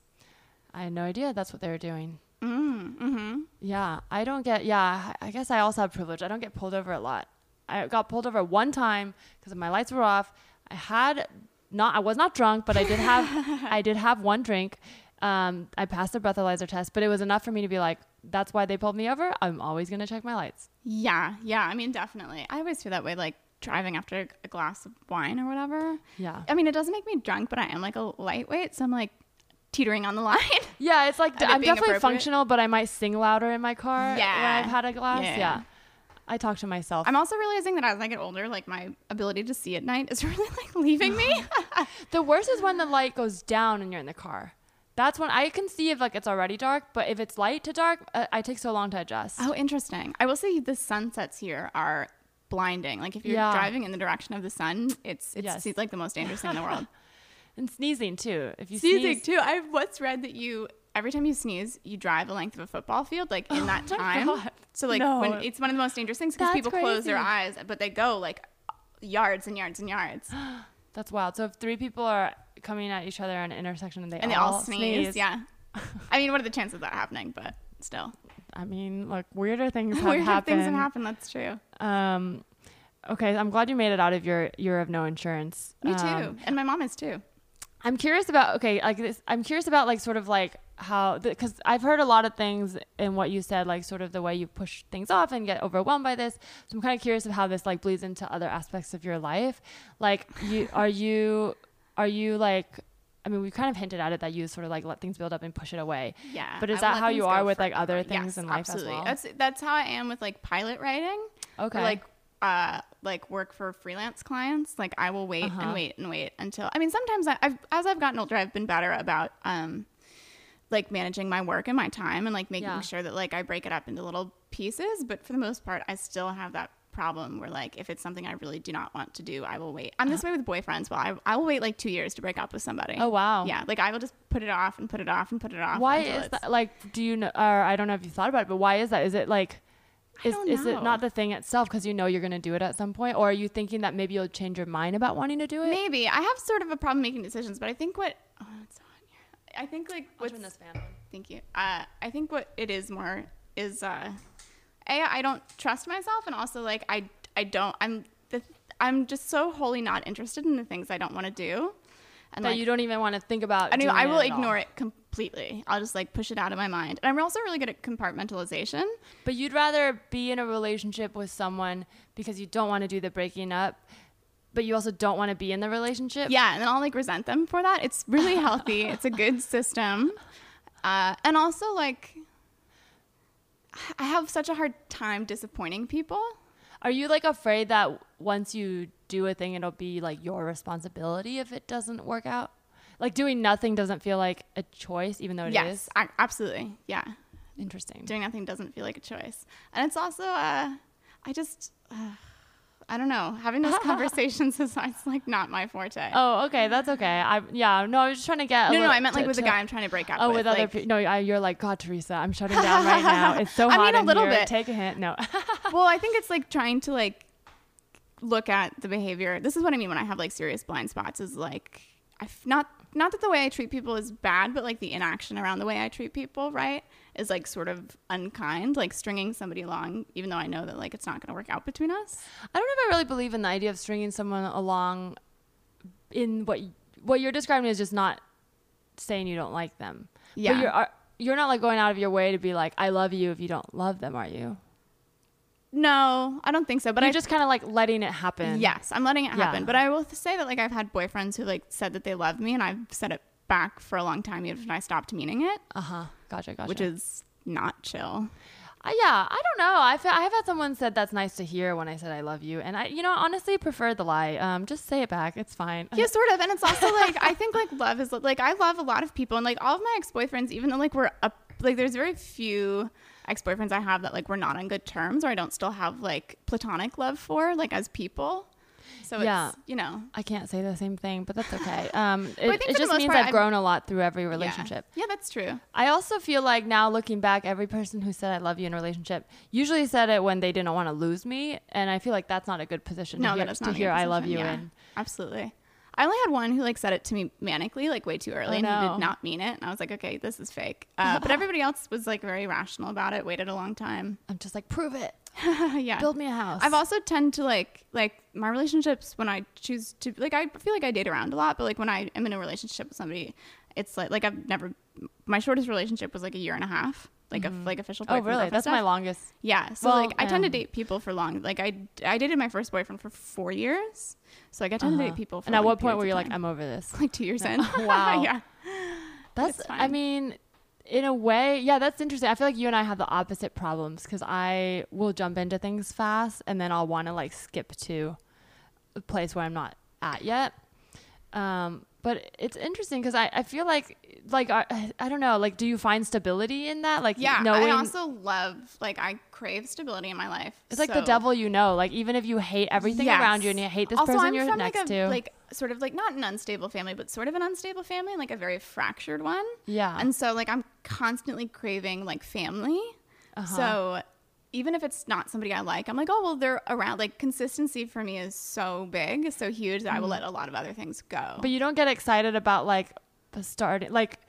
[SPEAKER 2] I had no idea that's what they were doing. Mm, mm-hmm. Yeah, I don't get. Yeah, I I guess I also have privilege. I don't get pulled over a lot. I got pulled over one time because my lights were off. I had not. I was not drunk, but I did have. I did have one drink. Um, I passed the breathalyzer test, but it was enough for me to be like, "That's why they pulled me over. I'm always gonna check my lights."
[SPEAKER 3] Yeah, yeah. I mean, definitely. I always feel that way, like driving after a glass of wine or whatever.
[SPEAKER 2] Yeah.
[SPEAKER 3] I mean, it doesn't make me drunk, but I am like a lightweight, so I'm like teetering on the line.
[SPEAKER 2] Yeah, it's like
[SPEAKER 3] it
[SPEAKER 2] I'm
[SPEAKER 3] being
[SPEAKER 2] definitely
[SPEAKER 3] appropriate?
[SPEAKER 2] functional, but I might sing louder in my car
[SPEAKER 3] Yeah.
[SPEAKER 2] when I've had a glass.
[SPEAKER 3] Yeah.
[SPEAKER 2] Yeah. I talk to myself.
[SPEAKER 3] I'm also realizing that as I get older, like my ability to see at night is really like leaving me.
[SPEAKER 2] The worst is when the light goes down and you're in the car. That's when I can see if like it's already dark, but if it's light to dark, uh, I take so long to adjust.
[SPEAKER 3] oh, interesting. I will say the sunsets here are blinding. Like if you're
[SPEAKER 2] Yeah.
[SPEAKER 3] driving in the direction of the sun, it's it's
[SPEAKER 2] Yes.
[SPEAKER 3] like the most dangerous thing in the world.
[SPEAKER 2] And sneezing too. If you
[SPEAKER 3] Sneezing
[SPEAKER 2] sneeze,
[SPEAKER 3] too. I've once read that you every time you sneeze, you drive the length of a football field, like in that
[SPEAKER 2] Oh my
[SPEAKER 3] time.
[SPEAKER 2] God.
[SPEAKER 3] So like
[SPEAKER 2] No.
[SPEAKER 3] when it's one of the most dangerous things because
[SPEAKER 2] That's
[SPEAKER 3] people close their
[SPEAKER 2] crazy.
[SPEAKER 3] eyes, but they go like yards and yards and yards,
[SPEAKER 2] that's wild. So if three people are coming at each other at an intersection and they,
[SPEAKER 3] and they all sneeze. Yeah. I mean, what are the chances of that happening? But still,
[SPEAKER 2] I mean, like weirder things have
[SPEAKER 3] weird
[SPEAKER 2] happened.
[SPEAKER 3] things have happened. That's true.
[SPEAKER 2] Um, okay, I'm glad you made it out of your year of no insurance.
[SPEAKER 3] Me too,
[SPEAKER 2] Um,
[SPEAKER 3] and my mom is too.
[SPEAKER 2] I'm curious about okay, like this. I'm curious about like sort of like how because I've heard a lot of things in what you said, like sort of the way you push things off and get overwhelmed by this. So I'm kind of curious of how this like bleeds into other aspects of your life. Like, you are you are you like? I mean, we kind of hinted at it that you sort of like let things build up and push it away.
[SPEAKER 3] Yeah.
[SPEAKER 2] But is
[SPEAKER 3] I
[SPEAKER 2] that
[SPEAKER 3] let
[SPEAKER 2] how
[SPEAKER 3] things
[SPEAKER 2] you
[SPEAKER 3] go
[SPEAKER 2] are with
[SPEAKER 3] for-
[SPEAKER 2] like other
[SPEAKER 3] Yes,
[SPEAKER 2] things in life
[SPEAKER 3] absolutely.
[SPEAKER 2] as well?
[SPEAKER 3] That's that's how I am with like pilot writing. or,
[SPEAKER 2] Okay.
[SPEAKER 3] like uh like work for freelance clients. Like I will wait
[SPEAKER 2] Uh-huh.
[SPEAKER 3] and wait and wait until I mean sometimes I, I've as I've gotten older I've been better about um like managing my work and my time and like making
[SPEAKER 2] Yeah.
[SPEAKER 3] sure that like I break it up into little pieces. But for the most part, I still have that problem where like if it's something I really do not want to do, I will wait. I'm this way with boyfriends. Well, I I will wait like two years to break up with somebody.
[SPEAKER 2] Uh-huh. Oh, wow.
[SPEAKER 3] Yeah, like I will just put it off and put it off and put it off.
[SPEAKER 2] why
[SPEAKER 3] until
[SPEAKER 2] is
[SPEAKER 3] it's-
[SPEAKER 2] that? Like, do you know? Or I don't know if you thought about it, but why is that? Is it like?
[SPEAKER 3] I
[SPEAKER 2] Is,
[SPEAKER 3] don't
[SPEAKER 2] is it
[SPEAKER 3] know.
[SPEAKER 2] not the thing itself because you know you're going to do it at some point or are you thinking that maybe you'll change your mind about wanting to do it
[SPEAKER 3] Maybe I have sort of a problem making decisions, but I think what oh, it's on here. I think like what's thank you. Uh, I think what it is more is uh, a I don't trust myself, and also like I I don't I'm the I'm just so wholly not interested in the things I don't want to do, and
[SPEAKER 2] that
[SPEAKER 3] like
[SPEAKER 2] you don't even want to think about
[SPEAKER 3] I know
[SPEAKER 2] doing
[SPEAKER 3] I will
[SPEAKER 2] it at all.
[SPEAKER 3] ignore it completely. I'll just like push it out of my mind, and I'm also really good at compartmentalization.
[SPEAKER 2] but you'd rather be in a relationship with someone because you don't want to do the breaking up but you also don't want to be in the relationship
[SPEAKER 3] Yeah, and then I'll like resent them for that. It's really healthy. it's a good system. Uh, and also like I have such a hard time disappointing people.
[SPEAKER 2] are you like afraid that once you do a thing it'll be like your responsibility if it doesn't work out like doing nothing doesn't feel like a choice even though it is
[SPEAKER 3] yes, a- absolutely. Yeah.
[SPEAKER 2] interesting
[SPEAKER 3] Doing nothing doesn't feel like a choice. And it's also uh I just uh, I don't know. Having those conversations is it's like not my forte.
[SPEAKER 2] Oh, okay, that's okay. I yeah, no, I was just trying to get. A
[SPEAKER 3] no, no,
[SPEAKER 2] little-
[SPEAKER 3] I meant like
[SPEAKER 2] to-
[SPEAKER 3] with the
[SPEAKER 2] to-
[SPEAKER 3] guy I'm trying to break up
[SPEAKER 2] Oh,
[SPEAKER 3] with.
[SPEAKER 2] with, other
[SPEAKER 3] like-
[SPEAKER 2] people. No, I, you're like God, Teresa. I'm shutting down right now. It's so
[SPEAKER 3] I
[SPEAKER 2] hot.
[SPEAKER 3] mean, a
[SPEAKER 2] in
[SPEAKER 3] little
[SPEAKER 2] here.
[SPEAKER 3] bit.
[SPEAKER 2] Take a hint. No.
[SPEAKER 3] well, I think it's like trying to like look at the behavior. This is what I mean when I have like serious blind spots is like I've not not that the way I treat people is bad, but like the inaction around the way I treat people, right, is like sort of unkind, like stringing somebody along, even though I know that like it's not going to work out between us.
[SPEAKER 2] I don't know if I really believe in the idea of stringing someone along in what y- what you're describing is just not saying you don't like them.
[SPEAKER 3] Yeah.
[SPEAKER 2] But you're are, you're not like going out of your way to be like I love you if you don't love them, are you?
[SPEAKER 3] No, I don't think so. But
[SPEAKER 2] But you're
[SPEAKER 3] I
[SPEAKER 2] just kind of like letting it happen.
[SPEAKER 3] Yes, I'm letting it happen.
[SPEAKER 2] Yeah.
[SPEAKER 3] But I will th- say that like I've had boyfriends who like said that they love me, and I've said it back for a long time, even if I stopped meaning it,
[SPEAKER 2] Uh huh. Gotcha. Gotcha.
[SPEAKER 3] which is not chill.
[SPEAKER 2] Uh, yeah, I don't know. I feel, I have had someone said that's nice to hear when I said I love you, and I, you know, honestly prefer the lie. Um, just say it back. It's fine.
[SPEAKER 3] Yeah, sort of. And it's also like I think like love is like I love a lot of people, and like all of my ex boyfriends, even though like we're up, like there's very few ex boyfriends I have that like we're not on good terms, or I don't still have like platonic love for like as people. So
[SPEAKER 2] Yeah.
[SPEAKER 3] it's you know
[SPEAKER 2] I can't say the same thing, but that's okay. Um, it,
[SPEAKER 3] think for
[SPEAKER 2] it
[SPEAKER 3] the
[SPEAKER 2] just
[SPEAKER 3] most
[SPEAKER 2] means
[SPEAKER 3] part,
[SPEAKER 2] I've
[SPEAKER 3] I'm-
[SPEAKER 2] grown a lot through every
[SPEAKER 3] yeah.
[SPEAKER 2] relationship.
[SPEAKER 3] Yeah, that's true.
[SPEAKER 2] I also feel like now looking back, every person who said I love you in a relationship usually said it when they didn't want to lose me, and I feel like that's not a good position
[SPEAKER 3] no,
[SPEAKER 2] to hear,
[SPEAKER 3] that is
[SPEAKER 2] to
[SPEAKER 3] not a
[SPEAKER 2] hear
[SPEAKER 3] good
[SPEAKER 2] I love you
[SPEAKER 3] position, yeah.
[SPEAKER 2] in.
[SPEAKER 3] Absolutely. I only had one who like said it to me manically, like way too early, and he
[SPEAKER 2] no.
[SPEAKER 3] did not mean it. And I was like, okay, this is fake. Uh, but Oh, everybody else was like very rational about it. Waited a long time.
[SPEAKER 2] I'm just like prove it,
[SPEAKER 3] yeah.
[SPEAKER 2] build me a house.
[SPEAKER 3] I've also tend to like like my relationships when I choose to like I feel like I date around a lot, but like when I am in a relationship with somebody, it's like like I've never my shortest relationship was like a year and a half, like Mm-hmm. a like official.
[SPEAKER 2] oh
[SPEAKER 3] boyfriend,
[SPEAKER 2] really?
[SPEAKER 3] girlfriend
[SPEAKER 2] That's
[SPEAKER 3] stuff.
[SPEAKER 2] my longest.
[SPEAKER 3] Yeah. So
[SPEAKER 2] Well,
[SPEAKER 3] like I tend to
[SPEAKER 2] yeah.
[SPEAKER 3] date people for long. Like I I dated my first boyfriend for four years, so like I tend to
[SPEAKER 2] Uh-huh.
[SPEAKER 3] date people. for
[SPEAKER 2] and at
[SPEAKER 3] long
[SPEAKER 2] what point
[SPEAKER 3] periods
[SPEAKER 2] were
[SPEAKER 3] of
[SPEAKER 2] you like I'm
[SPEAKER 3] time.
[SPEAKER 2] over this?
[SPEAKER 3] like two years in.
[SPEAKER 2] Wow.
[SPEAKER 3] yeah.
[SPEAKER 2] That's,
[SPEAKER 3] It's
[SPEAKER 2] I
[SPEAKER 3] fine.
[SPEAKER 2] mean, in a way, yeah, that's interesting. I feel like you and I have the opposite problems because I will jump into things fast and then I'll want to like skip to a place where I'm not at yet. Um, but it's interesting because I, I feel like, like, I, I don't know, like, do you find stability in that? Like,
[SPEAKER 3] Yeah.
[SPEAKER 2] knowing
[SPEAKER 3] I also love like I crave stability in my life.
[SPEAKER 2] it's like the
[SPEAKER 3] so-
[SPEAKER 2] devil you know, like, even if you hate everything
[SPEAKER 3] Yes.
[SPEAKER 2] around you and you hate this
[SPEAKER 3] also,
[SPEAKER 2] person
[SPEAKER 3] I'm
[SPEAKER 2] you're
[SPEAKER 3] from,
[SPEAKER 2] next
[SPEAKER 3] like, a,
[SPEAKER 2] to,
[SPEAKER 3] Like sort of like not an unstable family, but sort of an unstable family, like a very fractured one.
[SPEAKER 2] Yeah.
[SPEAKER 3] And so like I'm constantly craving like family.
[SPEAKER 2] Uh-huh.
[SPEAKER 3] So even if it's not somebody I like, I'm like, oh well, they're around. Like consistency for me is so big, is so huge that I will let a lot of other things go.
[SPEAKER 2] Mm-hmm. But you don't get excited about like the starting, like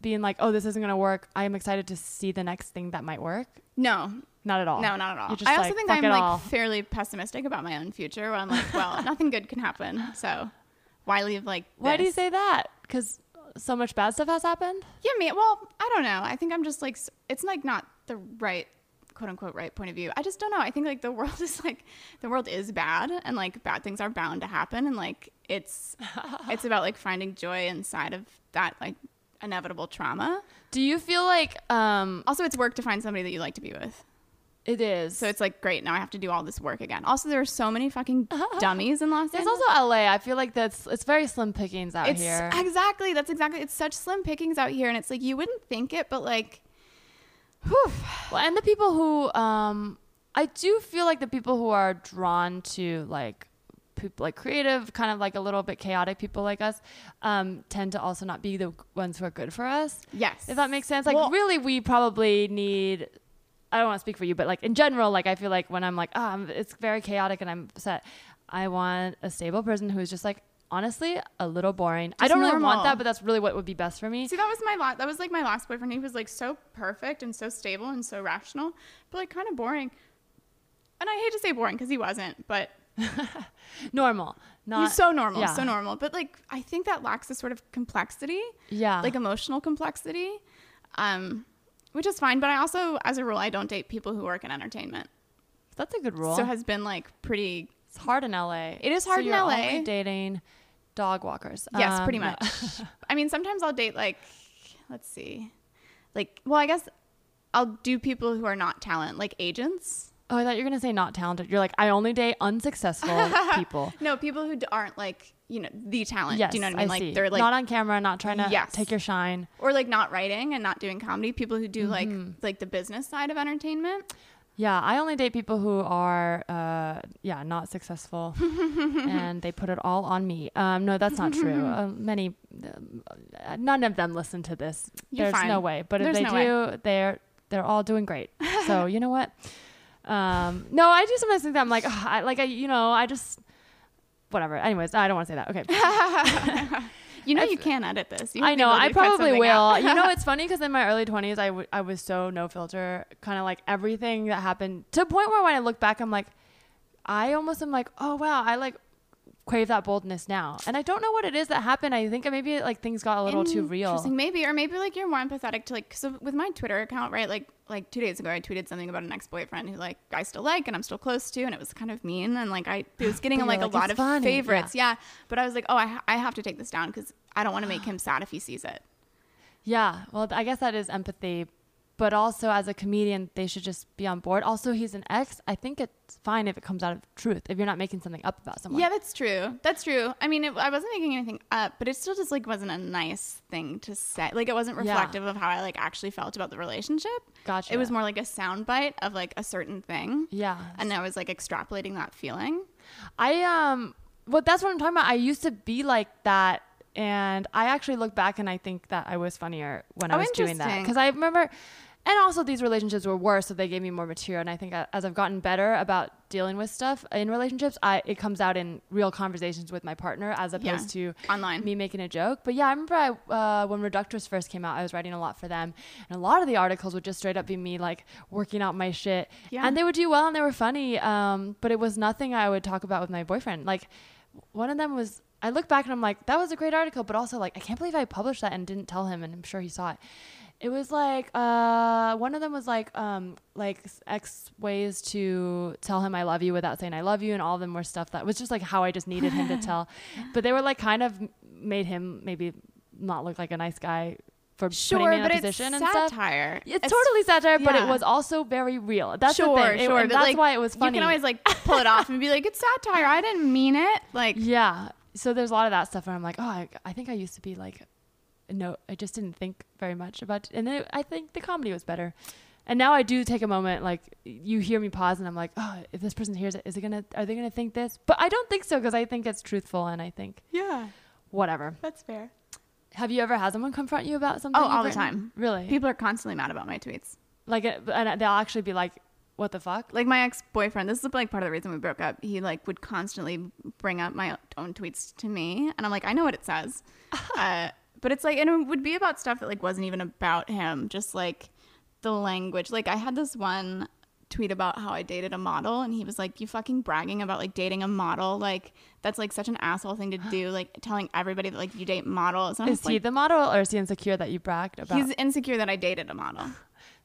[SPEAKER 2] being like, oh, this isn't gonna work. I am excited to see the next thing that might work.
[SPEAKER 3] no,
[SPEAKER 2] Not at all.
[SPEAKER 3] no, not at all.
[SPEAKER 2] Oh, You're just
[SPEAKER 3] I also
[SPEAKER 2] like,
[SPEAKER 3] think
[SPEAKER 2] "Fuck
[SPEAKER 3] I'm
[SPEAKER 2] it
[SPEAKER 3] like
[SPEAKER 2] all."
[SPEAKER 3] fairly pessimistic about my own future, where I'm like, well, nothing good can happen. So why leave like?
[SPEAKER 2] Why do you
[SPEAKER 3] this?
[SPEAKER 2] say that? Because so much bad stuff has happened.
[SPEAKER 3] Yeah, me. Well, I don't know. I think I'm just like s- it's like not the right quote unquote right point of view. I just don't know. I think like the world is like the world is bad and like bad things are bound to happen and like it's it's about like finding joy inside of that like inevitable trauma.
[SPEAKER 2] Do you feel like um
[SPEAKER 3] Also, it's work to find somebody that you like to be with.
[SPEAKER 2] it is?
[SPEAKER 3] So it's like great, now I have to do all this work again. Also, there are so many fucking dummies in Los
[SPEAKER 2] there's
[SPEAKER 3] Angeles.
[SPEAKER 2] also LA. I feel like that's it's very slim pickings out
[SPEAKER 3] it's
[SPEAKER 2] here.
[SPEAKER 3] exactly that's exactly it's such slim pickings out here and it's like you wouldn't think it, but like whew,
[SPEAKER 2] Well, and the people who um I do feel like the people who are drawn to like people like creative, kind of like a little bit chaotic people like us, um, tend to also not be the ones who are good for us.
[SPEAKER 3] yes.
[SPEAKER 2] if that makes sense. Like,
[SPEAKER 3] Well-
[SPEAKER 2] really, we probably need. I don't want to speak for you, but like in general, like I feel like when I'm like, ah, I'm it's very chaotic and I'm upset. I want a stable person who's just like, honestly, a little boring. I
[SPEAKER 3] Just
[SPEAKER 2] don't really want
[SPEAKER 3] normal.
[SPEAKER 2] that, but that's really what would be best for me.
[SPEAKER 3] See, that was my last. That was like my last boyfriend. He was like so perfect and so stable and so rational, but like kind of boring. And I hate to say boring because he wasn't, but
[SPEAKER 2] Normal, not
[SPEAKER 3] he's so normal,
[SPEAKER 2] yeah.
[SPEAKER 3] so normal. But like, I think that lacks a sort of complexity,
[SPEAKER 2] Yeah,
[SPEAKER 3] like um, emotional complexity, um, which is fine. But I also, as a rule, I don't date people who work in entertainment.
[SPEAKER 2] that's a good rule.
[SPEAKER 3] So has been like pretty.
[SPEAKER 2] it's hard in LA.
[SPEAKER 3] It is
[SPEAKER 2] So
[SPEAKER 3] hard in
[SPEAKER 2] you're
[SPEAKER 3] LA.
[SPEAKER 2] only dating dog walkers.
[SPEAKER 3] Yes,
[SPEAKER 2] Um,
[SPEAKER 3] pretty
[SPEAKER 2] no.
[SPEAKER 3] much. I mean, sometimes I'll date like, let's see, like well, I guess I'll do people who are not talent, like agents.
[SPEAKER 2] Oh, I thought you were gonna say not talented. You're like, I only date unsuccessful people.
[SPEAKER 3] No, people who d- aren't like you know the talent.
[SPEAKER 2] Yes,
[SPEAKER 3] do you know what I mean? like
[SPEAKER 2] see.
[SPEAKER 3] they're like
[SPEAKER 2] not on camera, not trying to
[SPEAKER 3] Yes.
[SPEAKER 2] take your shine.
[SPEAKER 3] or like not writing and not doing comedy. People who do like
[SPEAKER 2] Mm-hmm.
[SPEAKER 3] like the business side of entertainment.
[SPEAKER 2] Yeah, I only date people who are, uh, yeah, not successful, and they put it all on me. Um, no, that's not true. Uh, many, um, uh, none of them listen to this.
[SPEAKER 3] You're
[SPEAKER 2] There's no
[SPEAKER 3] fine.
[SPEAKER 2] way. But if
[SPEAKER 3] There's
[SPEAKER 2] they
[SPEAKER 3] no
[SPEAKER 2] do, they're they're all doing great. So you know what? Um, no, I do sometimes think that I'm like, "Ugh, I, like I, you know, I just whatever. Anyways, I don't want to say that. Okay.
[SPEAKER 3] You know you can edit this. You have
[SPEAKER 2] I
[SPEAKER 3] the
[SPEAKER 2] know.
[SPEAKER 3] ability
[SPEAKER 2] I
[SPEAKER 3] to cut
[SPEAKER 2] probably
[SPEAKER 3] something
[SPEAKER 2] will.
[SPEAKER 3] out.
[SPEAKER 2] you know, it's funny because in my early 20s, I, w- I was so no filter, kind of like everything that happened to a point where when I look back, I'm like, I almost am like, oh, wow, I like crave that boldness now. And I don't know what it is that happened. I think maybe like things got a little too real.
[SPEAKER 3] Interesting. Maybe or maybe like you're more empathetic to like so with my Twitter account, right? Like like 2 days ago I tweeted something about an ex-boyfriend who like I still like and I'm still close to and it was kind of mean and like I it was getting
[SPEAKER 2] But
[SPEAKER 3] like,
[SPEAKER 2] you're
[SPEAKER 3] a
[SPEAKER 2] like,
[SPEAKER 3] lot
[SPEAKER 2] "It's
[SPEAKER 3] of
[SPEAKER 2] funny."
[SPEAKER 3] favorites. Yeah. But I was like, "Oh, I ha- I have to take this down cuz I don't want to make him sad if he sees it."
[SPEAKER 2] Yeah. Well, I guess that is empathy. But also, as a comedian, they should just be on board. Also, he's an ex. I think it's fine if it comes out of truth, if you're not making something up about someone.
[SPEAKER 3] Yeah, that's true. That's true. I mean, it, I wasn't making anything up, but it still just like wasn't a nice thing to say. Like it wasn't
[SPEAKER 2] Yeah.
[SPEAKER 3] reflective of how I like actually felt about the relationship.
[SPEAKER 2] Gotcha.
[SPEAKER 3] It was more like a soundbite of like a certain thing.
[SPEAKER 2] Yeah.
[SPEAKER 3] And I was like extrapolating that feeling.
[SPEAKER 2] I um well that's what I'm talking about. I used to be like that and I actually look back and I think that I was funnier when I
[SPEAKER 3] Oh,
[SPEAKER 2] was doing that
[SPEAKER 3] interesting.
[SPEAKER 2] cuz I remember and also these relationships were worse so they gave me more material and I think a- as I've gotten better about dealing with stuff in relationships I it comes out in real conversations with my partner as opposed
[SPEAKER 3] Yeah.
[SPEAKER 2] to
[SPEAKER 3] Online.
[SPEAKER 2] me making a joke. But yeah, I remember I, uh, when Reductress first came out, I was writing a lot for them, and a lot of the articles would just straight up be me like working out my shit,
[SPEAKER 3] Yeah.
[SPEAKER 2] and they would do well and they were funny. Um, but it was nothing I would talk about with my boyfriend. Like one of them was. I look back and I'm like, that was a great article, but also like, I can't believe I published that and didn't tell him, and I'm sure he saw it. It was like uh, one of them was like um, like X ways to tell him I love you without saying I love you, and all of them were stuff that was just like how I just needed him to tell, but they were like kind of made him maybe not look like a nice guy for putting me in a position and stuff.
[SPEAKER 3] satire.
[SPEAKER 2] It's, totally satire, but it
[SPEAKER 3] yeah.
[SPEAKER 2] was also very real. That's
[SPEAKER 3] sure,
[SPEAKER 2] the thing. It-
[SPEAKER 3] sure.
[SPEAKER 2] and
[SPEAKER 3] but,
[SPEAKER 2] that's
[SPEAKER 3] like,
[SPEAKER 2] why it was funny.
[SPEAKER 3] You can always like pull it off and be like, "It's satire. I didn't mean it." Like,
[SPEAKER 2] yeah. So there's a lot of that stuff where I'm like, oh, I, I think I used to be like, no, I just didn't think very much about. And then I think the comedy was better. And now I do take a moment, like you hear me pause, and I'm like, oh, if this person hears it, is it gonna? Are they gonna think this? But I don't think so because I think it's truthful, and I think
[SPEAKER 3] yeah,
[SPEAKER 2] whatever.
[SPEAKER 3] that's fair.
[SPEAKER 2] Have you ever had someone confront you about something?
[SPEAKER 3] Oh,
[SPEAKER 2] you've
[SPEAKER 3] all the
[SPEAKER 2] written?
[SPEAKER 3] time.
[SPEAKER 2] Really?
[SPEAKER 3] People are constantly mad about my tweets.
[SPEAKER 2] like, it, and they'll actually be like, "What the fuck?"
[SPEAKER 3] Like my ex-boyfriend, this is like part of the reason we broke up. He like would constantly bring up my own tweets to me, and I'm like, I know what it says, uh, but it's like, and it would be about stuff that like wasn't even about him, just like the language. Like I had this one tweet about how I dated a model, and he was like, "You fucking bragging about like dating a model, like that's like such an asshole thing to do, like telling everybody that like you date models." And I
[SPEAKER 2] Is
[SPEAKER 3] was
[SPEAKER 2] he
[SPEAKER 3] like,
[SPEAKER 2] the model, or is he insecure that you bragged about?
[SPEAKER 3] He's insecure that I dated a model.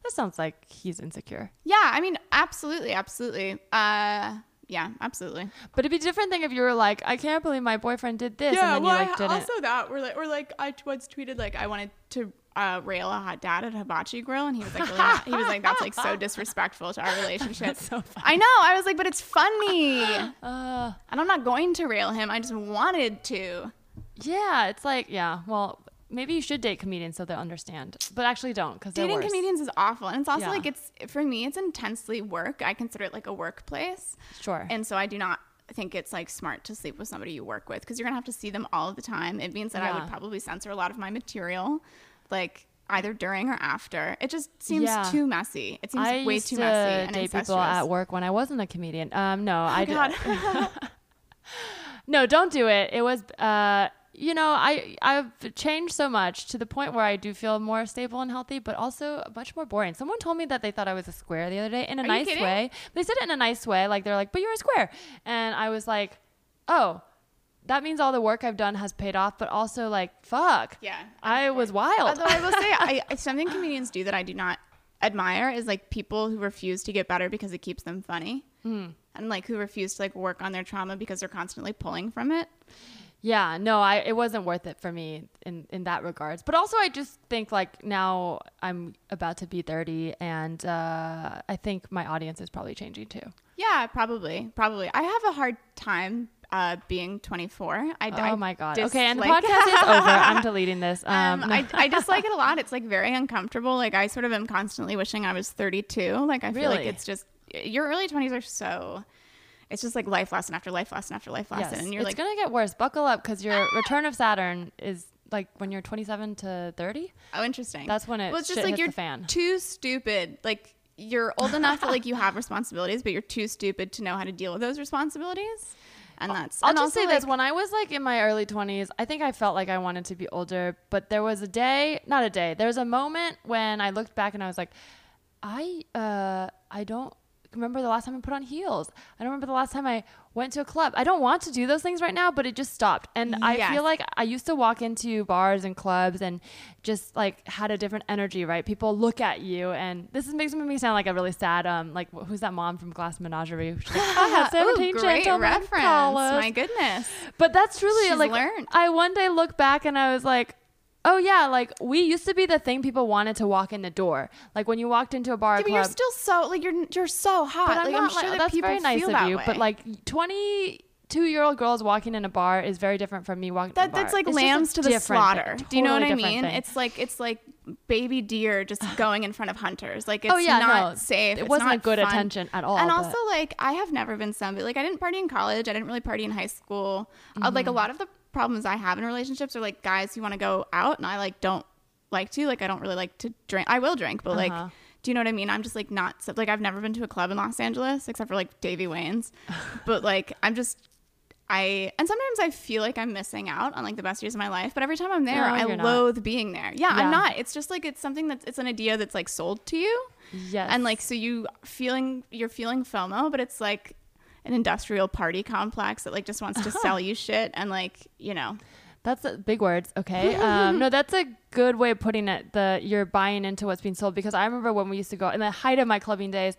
[SPEAKER 2] that sounds like he's insecure.
[SPEAKER 3] Yeah, I mean, absolutely, absolutely. Uh, yeah, absolutely.
[SPEAKER 2] But it'd be a different thing if you were like, "I can't believe my boyfriend did this," and then you like
[SPEAKER 3] I-
[SPEAKER 2] didn't.
[SPEAKER 3] also that or like, or like I t- once tweeted like I wanted to uh, rail a hot dad at a hibachi grill, and he was like, really not- he was like, that's like so disrespectful to our relationship.
[SPEAKER 2] so funny.
[SPEAKER 3] I know. I was like, but it's funny, and
[SPEAKER 2] uh,
[SPEAKER 3] I'm not going to rail him. I just wanted to.
[SPEAKER 2] yeah, it's like, yeah. Well, maybe you should date comedians so they'll understand, but actually don't because they're
[SPEAKER 3] Dating
[SPEAKER 2] worse.
[SPEAKER 3] comedians is awful, and it's also
[SPEAKER 2] Yeah.
[SPEAKER 3] like it's for me, it's intensely work. I consider it like a workplace.
[SPEAKER 2] Sure.
[SPEAKER 3] And so I do not think it's like smart to sleep with somebody you work with because you're gonna have to see them all of the time. It means that I
[SPEAKER 2] Yeah.
[SPEAKER 3] would probably censor a lot of my material, like either during or after. It just seems
[SPEAKER 2] Yeah.
[SPEAKER 3] too messy. It seems
[SPEAKER 2] I
[SPEAKER 3] way
[SPEAKER 2] used
[SPEAKER 3] too
[SPEAKER 2] to
[SPEAKER 3] messy and
[SPEAKER 2] date
[SPEAKER 3] incestuous. Oh
[SPEAKER 2] people at work when I wasn't a comedian. Um, no, I did.
[SPEAKER 3] God.
[SPEAKER 2] No, don't do it. It was, uh, you know, I I've changed so much to the point where I do feel more stable and healthy, but also much more boring. Someone told me that they thought I was a square the other day in a
[SPEAKER 3] you
[SPEAKER 2] nice
[SPEAKER 3] kidding?
[SPEAKER 2] way. They said it in a nice way, like they're like, "But you're a square," and I was like, "Oh." That means all the work I've done has paid off, but also like fuck.
[SPEAKER 3] Yeah,
[SPEAKER 2] I was wild.
[SPEAKER 3] Although I will say, I, I- something comedians do that I do not admire is like people who refuse to get better because it keeps them funny,
[SPEAKER 2] Hmm.
[SPEAKER 3] and like who refuse to like work on their trauma because they're constantly pulling from it.
[SPEAKER 2] Yeah, no, I it wasn't worth it for me in in that regards. But also, I just think like now I'm about to be thirty, and uh, I think my audience is probably changing too.
[SPEAKER 3] Yeah, probably, probably. I have a hard time uh, being 24. I,
[SPEAKER 2] Oh
[SPEAKER 3] I
[SPEAKER 2] my god. okay, and the
[SPEAKER 3] dislike-
[SPEAKER 2] podcast is over. I'm deleting this. Um,
[SPEAKER 3] Um, I, I dislike it a lot. It's like very uncomfortable. Like I sort of am constantly wishing I was 32. Like I feel like
[SPEAKER 2] Really?
[SPEAKER 3] it's just your early 20s are so. It's just like life lesson after life lesson after life lesson,
[SPEAKER 2] yes,
[SPEAKER 3] and you're
[SPEAKER 2] it's
[SPEAKER 3] like,
[SPEAKER 2] gonna get worse. Buckle up, because your Return of Saturn is like when you're 27 to 30.
[SPEAKER 3] oh, interesting.
[SPEAKER 2] That's when it
[SPEAKER 3] Well, it's just
[SPEAKER 2] shit
[SPEAKER 3] like
[SPEAKER 2] hits
[SPEAKER 3] you're
[SPEAKER 2] the fan.
[SPEAKER 3] too stupid. Like you're old enough that like you have responsibilities, but you're too stupid to know how to deal with those responsibilities. and that's
[SPEAKER 2] I'll
[SPEAKER 3] and
[SPEAKER 2] just
[SPEAKER 3] also,
[SPEAKER 2] say this:
[SPEAKER 3] like,
[SPEAKER 2] when I was like in my early twenties, I think I felt like I wanted to be older. But there was a day, not a day. There was a moment when I looked back and I was like, I, uh, I don't remember the last time I put on heels. I don't remember the last time I went to a club. I don't want to do those things right now, but it just stopped. And I
[SPEAKER 3] Yes.
[SPEAKER 2] feel like I used to walk into bars and clubs and just like had a different energy. Right? People look at you, and this is, makes me sound like a really sad. Um, like wh- who's that mom from Glass Menagerie? She's like, I had
[SPEAKER 3] Ooh,
[SPEAKER 2] 17
[SPEAKER 3] Oh, great
[SPEAKER 2] gentlemen
[SPEAKER 3] reference.
[SPEAKER 2] follows."
[SPEAKER 3] My goodness.
[SPEAKER 2] But that's truly
[SPEAKER 3] She's
[SPEAKER 2] like
[SPEAKER 3] learned.
[SPEAKER 2] I one day look back and I was like, oh yeah, like we used to be the thing people wanted to walk in the door. Like when you walked into a bar or
[SPEAKER 3] Yeah, but
[SPEAKER 2] club.
[SPEAKER 3] you're still so like you're you're so hot.
[SPEAKER 2] but I'm
[SPEAKER 3] like
[SPEAKER 2] not
[SPEAKER 3] I'm sure
[SPEAKER 2] like,
[SPEAKER 3] that
[SPEAKER 2] that's
[SPEAKER 3] people
[SPEAKER 2] very nice
[SPEAKER 3] feel
[SPEAKER 2] of
[SPEAKER 3] that
[SPEAKER 2] you.
[SPEAKER 3] way.
[SPEAKER 2] But like 22 year old girls walking in a bar is very different from me walking. in
[SPEAKER 3] that
[SPEAKER 2] a bar.
[SPEAKER 3] that's like
[SPEAKER 2] It's just a
[SPEAKER 3] lambs to the
[SPEAKER 2] different thing,
[SPEAKER 3] slaughter. Do you know what
[SPEAKER 2] totally
[SPEAKER 3] I
[SPEAKER 2] different
[SPEAKER 3] mean?
[SPEAKER 2] thing.
[SPEAKER 3] It's like it's like baby deer just going in front of hunters. Like it's
[SPEAKER 2] oh yeah,
[SPEAKER 3] not
[SPEAKER 2] no,
[SPEAKER 3] safe.
[SPEAKER 2] It
[SPEAKER 3] it's
[SPEAKER 2] wasn't
[SPEAKER 3] not
[SPEAKER 2] a good
[SPEAKER 3] fun.
[SPEAKER 2] attention at all.
[SPEAKER 3] and
[SPEAKER 2] but-
[SPEAKER 3] also like I have never been somebody like I didn't party in college. I didn't really party in high school. Uh, like a
[SPEAKER 2] Mm-hmm.
[SPEAKER 3] lot of the problems I have in relationships are like guys who want to go out and I like don't like to. Like I don't really like to drink. I will drink, but
[SPEAKER 2] Uh-huh.
[SPEAKER 3] like. Do you know what I mean? I'm just like not so- like I've never been to a club in Los Angeles except for like Davy Wayne's, but like I'm just I and sometimes I feel like I'm missing out on like the best years of my life. But every time I'm there,
[SPEAKER 2] No,
[SPEAKER 3] I
[SPEAKER 2] you're not.
[SPEAKER 3] loathe being there. Yeah,
[SPEAKER 2] Yeah.
[SPEAKER 3] I'm not. It's just like it's something that's it's an idea that's like sold to you.
[SPEAKER 2] yes.
[SPEAKER 3] And like so you feeling you're feeling FOMO, but it's like an industrial party complex that like just wants
[SPEAKER 2] Uh-huh.
[SPEAKER 3] to sell you shit and like, you know.
[SPEAKER 2] That's uh big words, okay? Um, no, that's a good way of putting it. The you're buying into what's being sold because I remember when we used to go in the height of my clubbing days.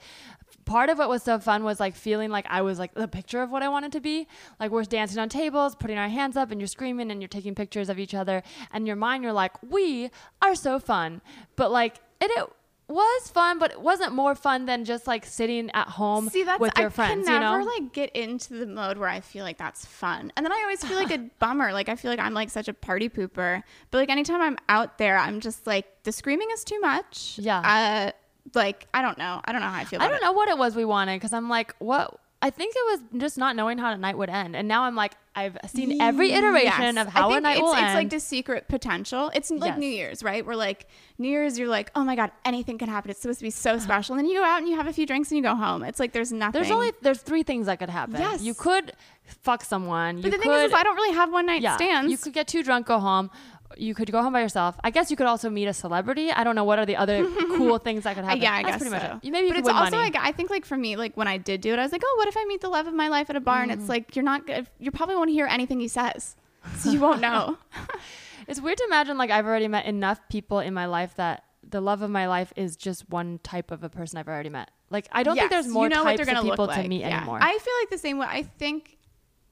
[SPEAKER 2] Part of what was so fun was like feeling like I was like the picture of what I wanted to be. Like we're dancing on tables, putting our hands up, and you're screaming and you're taking pictures of each other. And in your mind, you're like, we are so fun. But like, and it was fun, but it wasn't more fun than just like sitting at home
[SPEAKER 3] See, that's
[SPEAKER 2] with your
[SPEAKER 3] I
[SPEAKER 2] friends.
[SPEAKER 3] can
[SPEAKER 2] you
[SPEAKER 3] never
[SPEAKER 2] know,
[SPEAKER 3] like get into the mode where I feel like that's fun, and then I always feel like a bummer. Like I feel like I'm like such a party pooper, but like anytime I'm out there, I'm just like the screaming is too much.
[SPEAKER 2] Yeah.
[SPEAKER 3] Uh, like I don't know. I don't know how I feel.
[SPEAKER 2] I
[SPEAKER 3] about
[SPEAKER 2] don't
[SPEAKER 3] it.
[SPEAKER 2] know what it was we wanted because I'm like, what? I think it was just not knowing how a night would end, and now I'm like, I've seen every iteration
[SPEAKER 3] Yes.
[SPEAKER 2] of
[SPEAKER 3] I
[SPEAKER 2] how a
[SPEAKER 3] think
[SPEAKER 2] night
[SPEAKER 3] it's,
[SPEAKER 2] will
[SPEAKER 3] it's
[SPEAKER 2] end.
[SPEAKER 3] like the secret potential. It's like
[SPEAKER 2] Yes.
[SPEAKER 3] New Year's, right? We're like New Year's, you're like, oh my god, anything can happen. It's supposed to be so special, and then you go out and you have a few drinks and you go home. It's like there's nothing.
[SPEAKER 2] there's only there's three things that could happen.
[SPEAKER 3] Yes.
[SPEAKER 2] you could fuck someone.
[SPEAKER 3] But the thing is, is, I don't really have one night stands.
[SPEAKER 2] You could get too drunk, go home. You could go home by yourself. I guess you could also meet a celebrity. I don't know what are the other cool things that could
[SPEAKER 3] Uh,
[SPEAKER 2] happen.
[SPEAKER 3] yeah, I
[SPEAKER 2] That's
[SPEAKER 3] guess
[SPEAKER 2] pretty much
[SPEAKER 3] so.
[SPEAKER 2] it. You- Maybe you
[SPEAKER 3] but
[SPEAKER 2] could
[SPEAKER 3] it's
[SPEAKER 2] win
[SPEAKER 3] also
[SPEAKER 2] money.
[SPEAKER 3] like I think like for me, like when I did do it, I was like, oh, what if I meet the love of my life at a bar? And
[SPEAKER 2] Mm-hmm.
[SPEAKER 3] it's like you're not, gonna you probably won't hear anything he says, so you won't know.
[SPEAKER 2] It's weird to imagine like I've already met enough people in my life that the love of my life is just one type of a person I've already met. Like I don't think
[SPEAKER 3] Yes,
[SPEAKER 2] there's more
[SPEAKER 3] you know what
[SPEAKER 2] types
[SPEAKER 3] they're gonna
[SPEAKER 2] of
[SPEAKER 3] look
[SPEAKER 2] people
[SPEAKER 3] like.
[SPEAKER 2] to meet
[SPEAKER 3] Yeah.
[SPEAKER 2] anymore.
[SPEAKER 3] I feel like the same way. I think,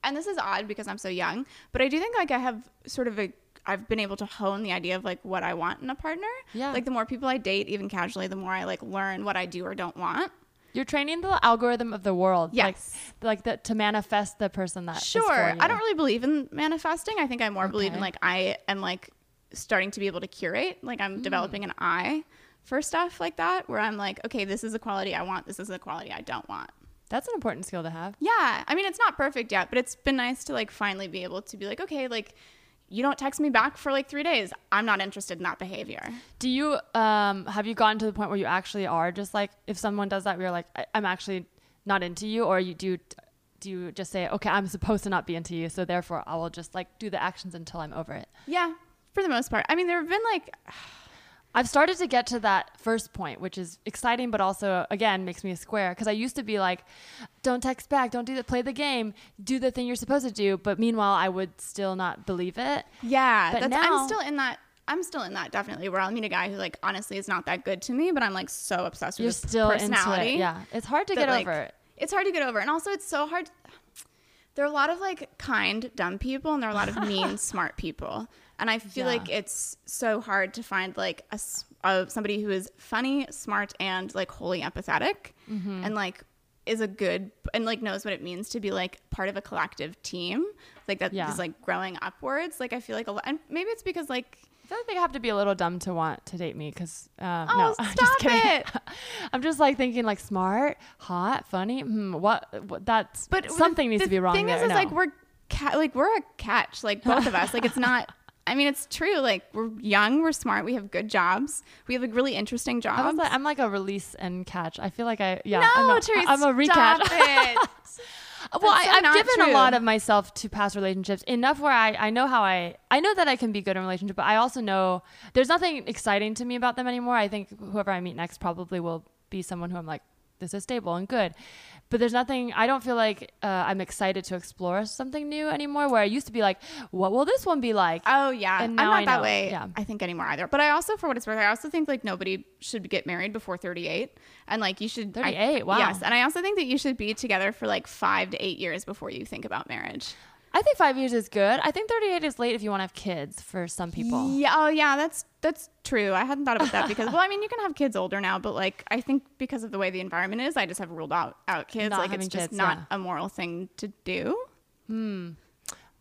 [SPEAKER 3] and this is odd because I'm so young, but I do think like I have sort of a I've been able to hone the idea of like what I want in a partner.
[SPEAKER 2] Yeah.
[SPEAKER 3] Like the more people I date, even casually, the more I like learn what I do or don't want.
[SPEAKER 2] You're training the algorithm of the world,
[SPEAKER 3] Yes.
[SPEAKER 2] like, like the, to manifest the person that. is for
[SPEAKER 3] Sure.
[SPEAKER 2] you.
[SPEAKER 3] I don't really believe in manifesting. I think I more believe in
[SPEAKER 2] Okay.
[SPEAKER 3] like I am like starting to be able to curate. Like I'm developing an eye for stuff like that where I'm like, okay, this is a quality I want, this is a quality I don't want.
[SPEAKER 2] That's an important skill to have.
[SPEAKER 3] Yeah. I mean, it's not perfect yet, but it's been nice to like finally be able to be like, okay, like you don't text me back for like three days. I'm not interested in that behavior.
[SPEAKER 2] Do you um have you gotten to the point where you actually are just like if someone does that, you're like I- I'm actually not into you, or you do do you just say okay I'm supposed to not be into you, so therefore I will just like do the actions until I'm over it.
[SPEAKER 3] Yeah. For the most part. I mean, there have been like,
[SPEAKER 2] I've started to get to that first point, which is exciting, but also again makes me square because I used to be like, "Don't text back, don't do that, play the game, do the thing you're supposed to do." But meanwhile, I would still not believe it.
[SPEAKER 3] yeah,
[SPEAKER 2] But
[SPEAKER 3] that's,
[SPEAKER 2] now-
[SPEAKER 3] I'm still in that. I'm still in that definitely where I'll meet a guy who like honestly is not that good to me, but I'm like so obsessed with
[SPEAKER 2] You're
[SPEAKER 3] his
[SPEAKER 2] still into
[SPEAKER 3] personality.
[SPEAKER 2] it. Yeah, it's hard to
[SPEAKER 3] that,
[SPEAKER 2] get
[SPEAKER 3] like,
[SPEAKER 2] over it.
[SPEAKER 3] It's hard to get over. And also it's so hard there are a lot of like kind dumb people and there are a lot of mean smart people. And I feel
[SPEAKER 2] Yeah.
[SPEAKER 3] like it's so hard to find like a s- uh, somebody who is funny, smart and like wholly empathetic and like is a good and like knows what it means to be like part of a collective team. Like that is
[SPEAKER 2] Yeah.
[SPEAKER 3] like growing upwards. Like I feel like a lot and maybe it's because like
[SPEAKER 2] I feel like they have to be a little dumb to want to date me because um,
[SPEAKER 3] Oh,
[SPEAKER 2] no, I'm just
[SPEAKER 3] stop
[SPEAKER 2] kidding.
[SPEAKER 3] it.
[SPEAKER 2] I'm just like thinking like smart, hot, funny. Hmm, what, what? That's but
[SPEAKER 3] But
[SPEAKER 2] something
[SPEAKER 3] the-
[SPEAKER 2] needs to be wrong.
[SPEAKER 3] The thing
[SPEAKER 2] there.
[SPEAKER 3] is, is
[SPEAKER 2] no.
[SPEAKER 3] like we're ca- like we're a catch, like both of us. Like it's not. I mean, it's true. Like we're young, we're smart, we have good jobs, we have a really interesting job.
[SPEAKER 2] I was like, I'm like a release and catch. I feel like I yeah.
[SPEAKER 3] no,
[SPEAKER 2] I'm a,
[SPEAKER 3] Therese,
[SPEAKER 2] I'm a recatch.
[SPEAKER 3] stop it.
[SPEAKER 2] well,
[SPEAKER 3] That's
[SPEAKER 2] I,
[SPEAKER 3] so
[SPEAKER 2] I've
[SPEAKER 3] not
[SPEAKER 2] given a
[SPEAKER 3] true.
[SPEAKER 2] lot of myself to past relationships enough where I, I know how I I know that I can be good in a relationship, but I also know there's nothing exciting to me about them anymore. I think whoever I meet next probably will be someone who I'm like this is stable and good, but there's nothing I don't feel like uh, I'm excited to explore something new anymore. Where I used to be like, what will this one be like?
[SPEAKER 3] Oh yeah,
[SPEAKER 2] And
[SPEAKER 3] I'm
[SPEAKER 2] now
[SPEAKER 3] not
[SPEAKER 2] I
[SPEAKER 3] that
[SPEAKER 2] know.
[SPEAKER 3] way.
[SPEAKER 2] Yeah.
[SPEAKER 3] I think anymore either. But I also, for what it's worth, I also think like nobody should get married before 38, and like you should I-
[SPEAKER 2] 38, wow.
[SPEAKER 3] Yes, and I also think that you should be together for like five to eight years before you think about marriage.
[SPEAKER 2] I think five years is good. I think 38 is late if you want to have kids for some people.
[SPEAKER 3] Yeah, oh yeah, that's that's true. I hadn't thought about that because well, I mean, you can have kids older now, but like I think because of the way the environment is, I just have ruled out out kids.
[SPEAKER 2] Not
[SPEAKER 3] like it's
[SPEAKER 2] having
[SPEAKER 3] just
[SPEAKER 2] kids,
[SPEAKER 3] not
[SPEAKER 2] yeah.
[SPEAKER 3] a moral thing to do.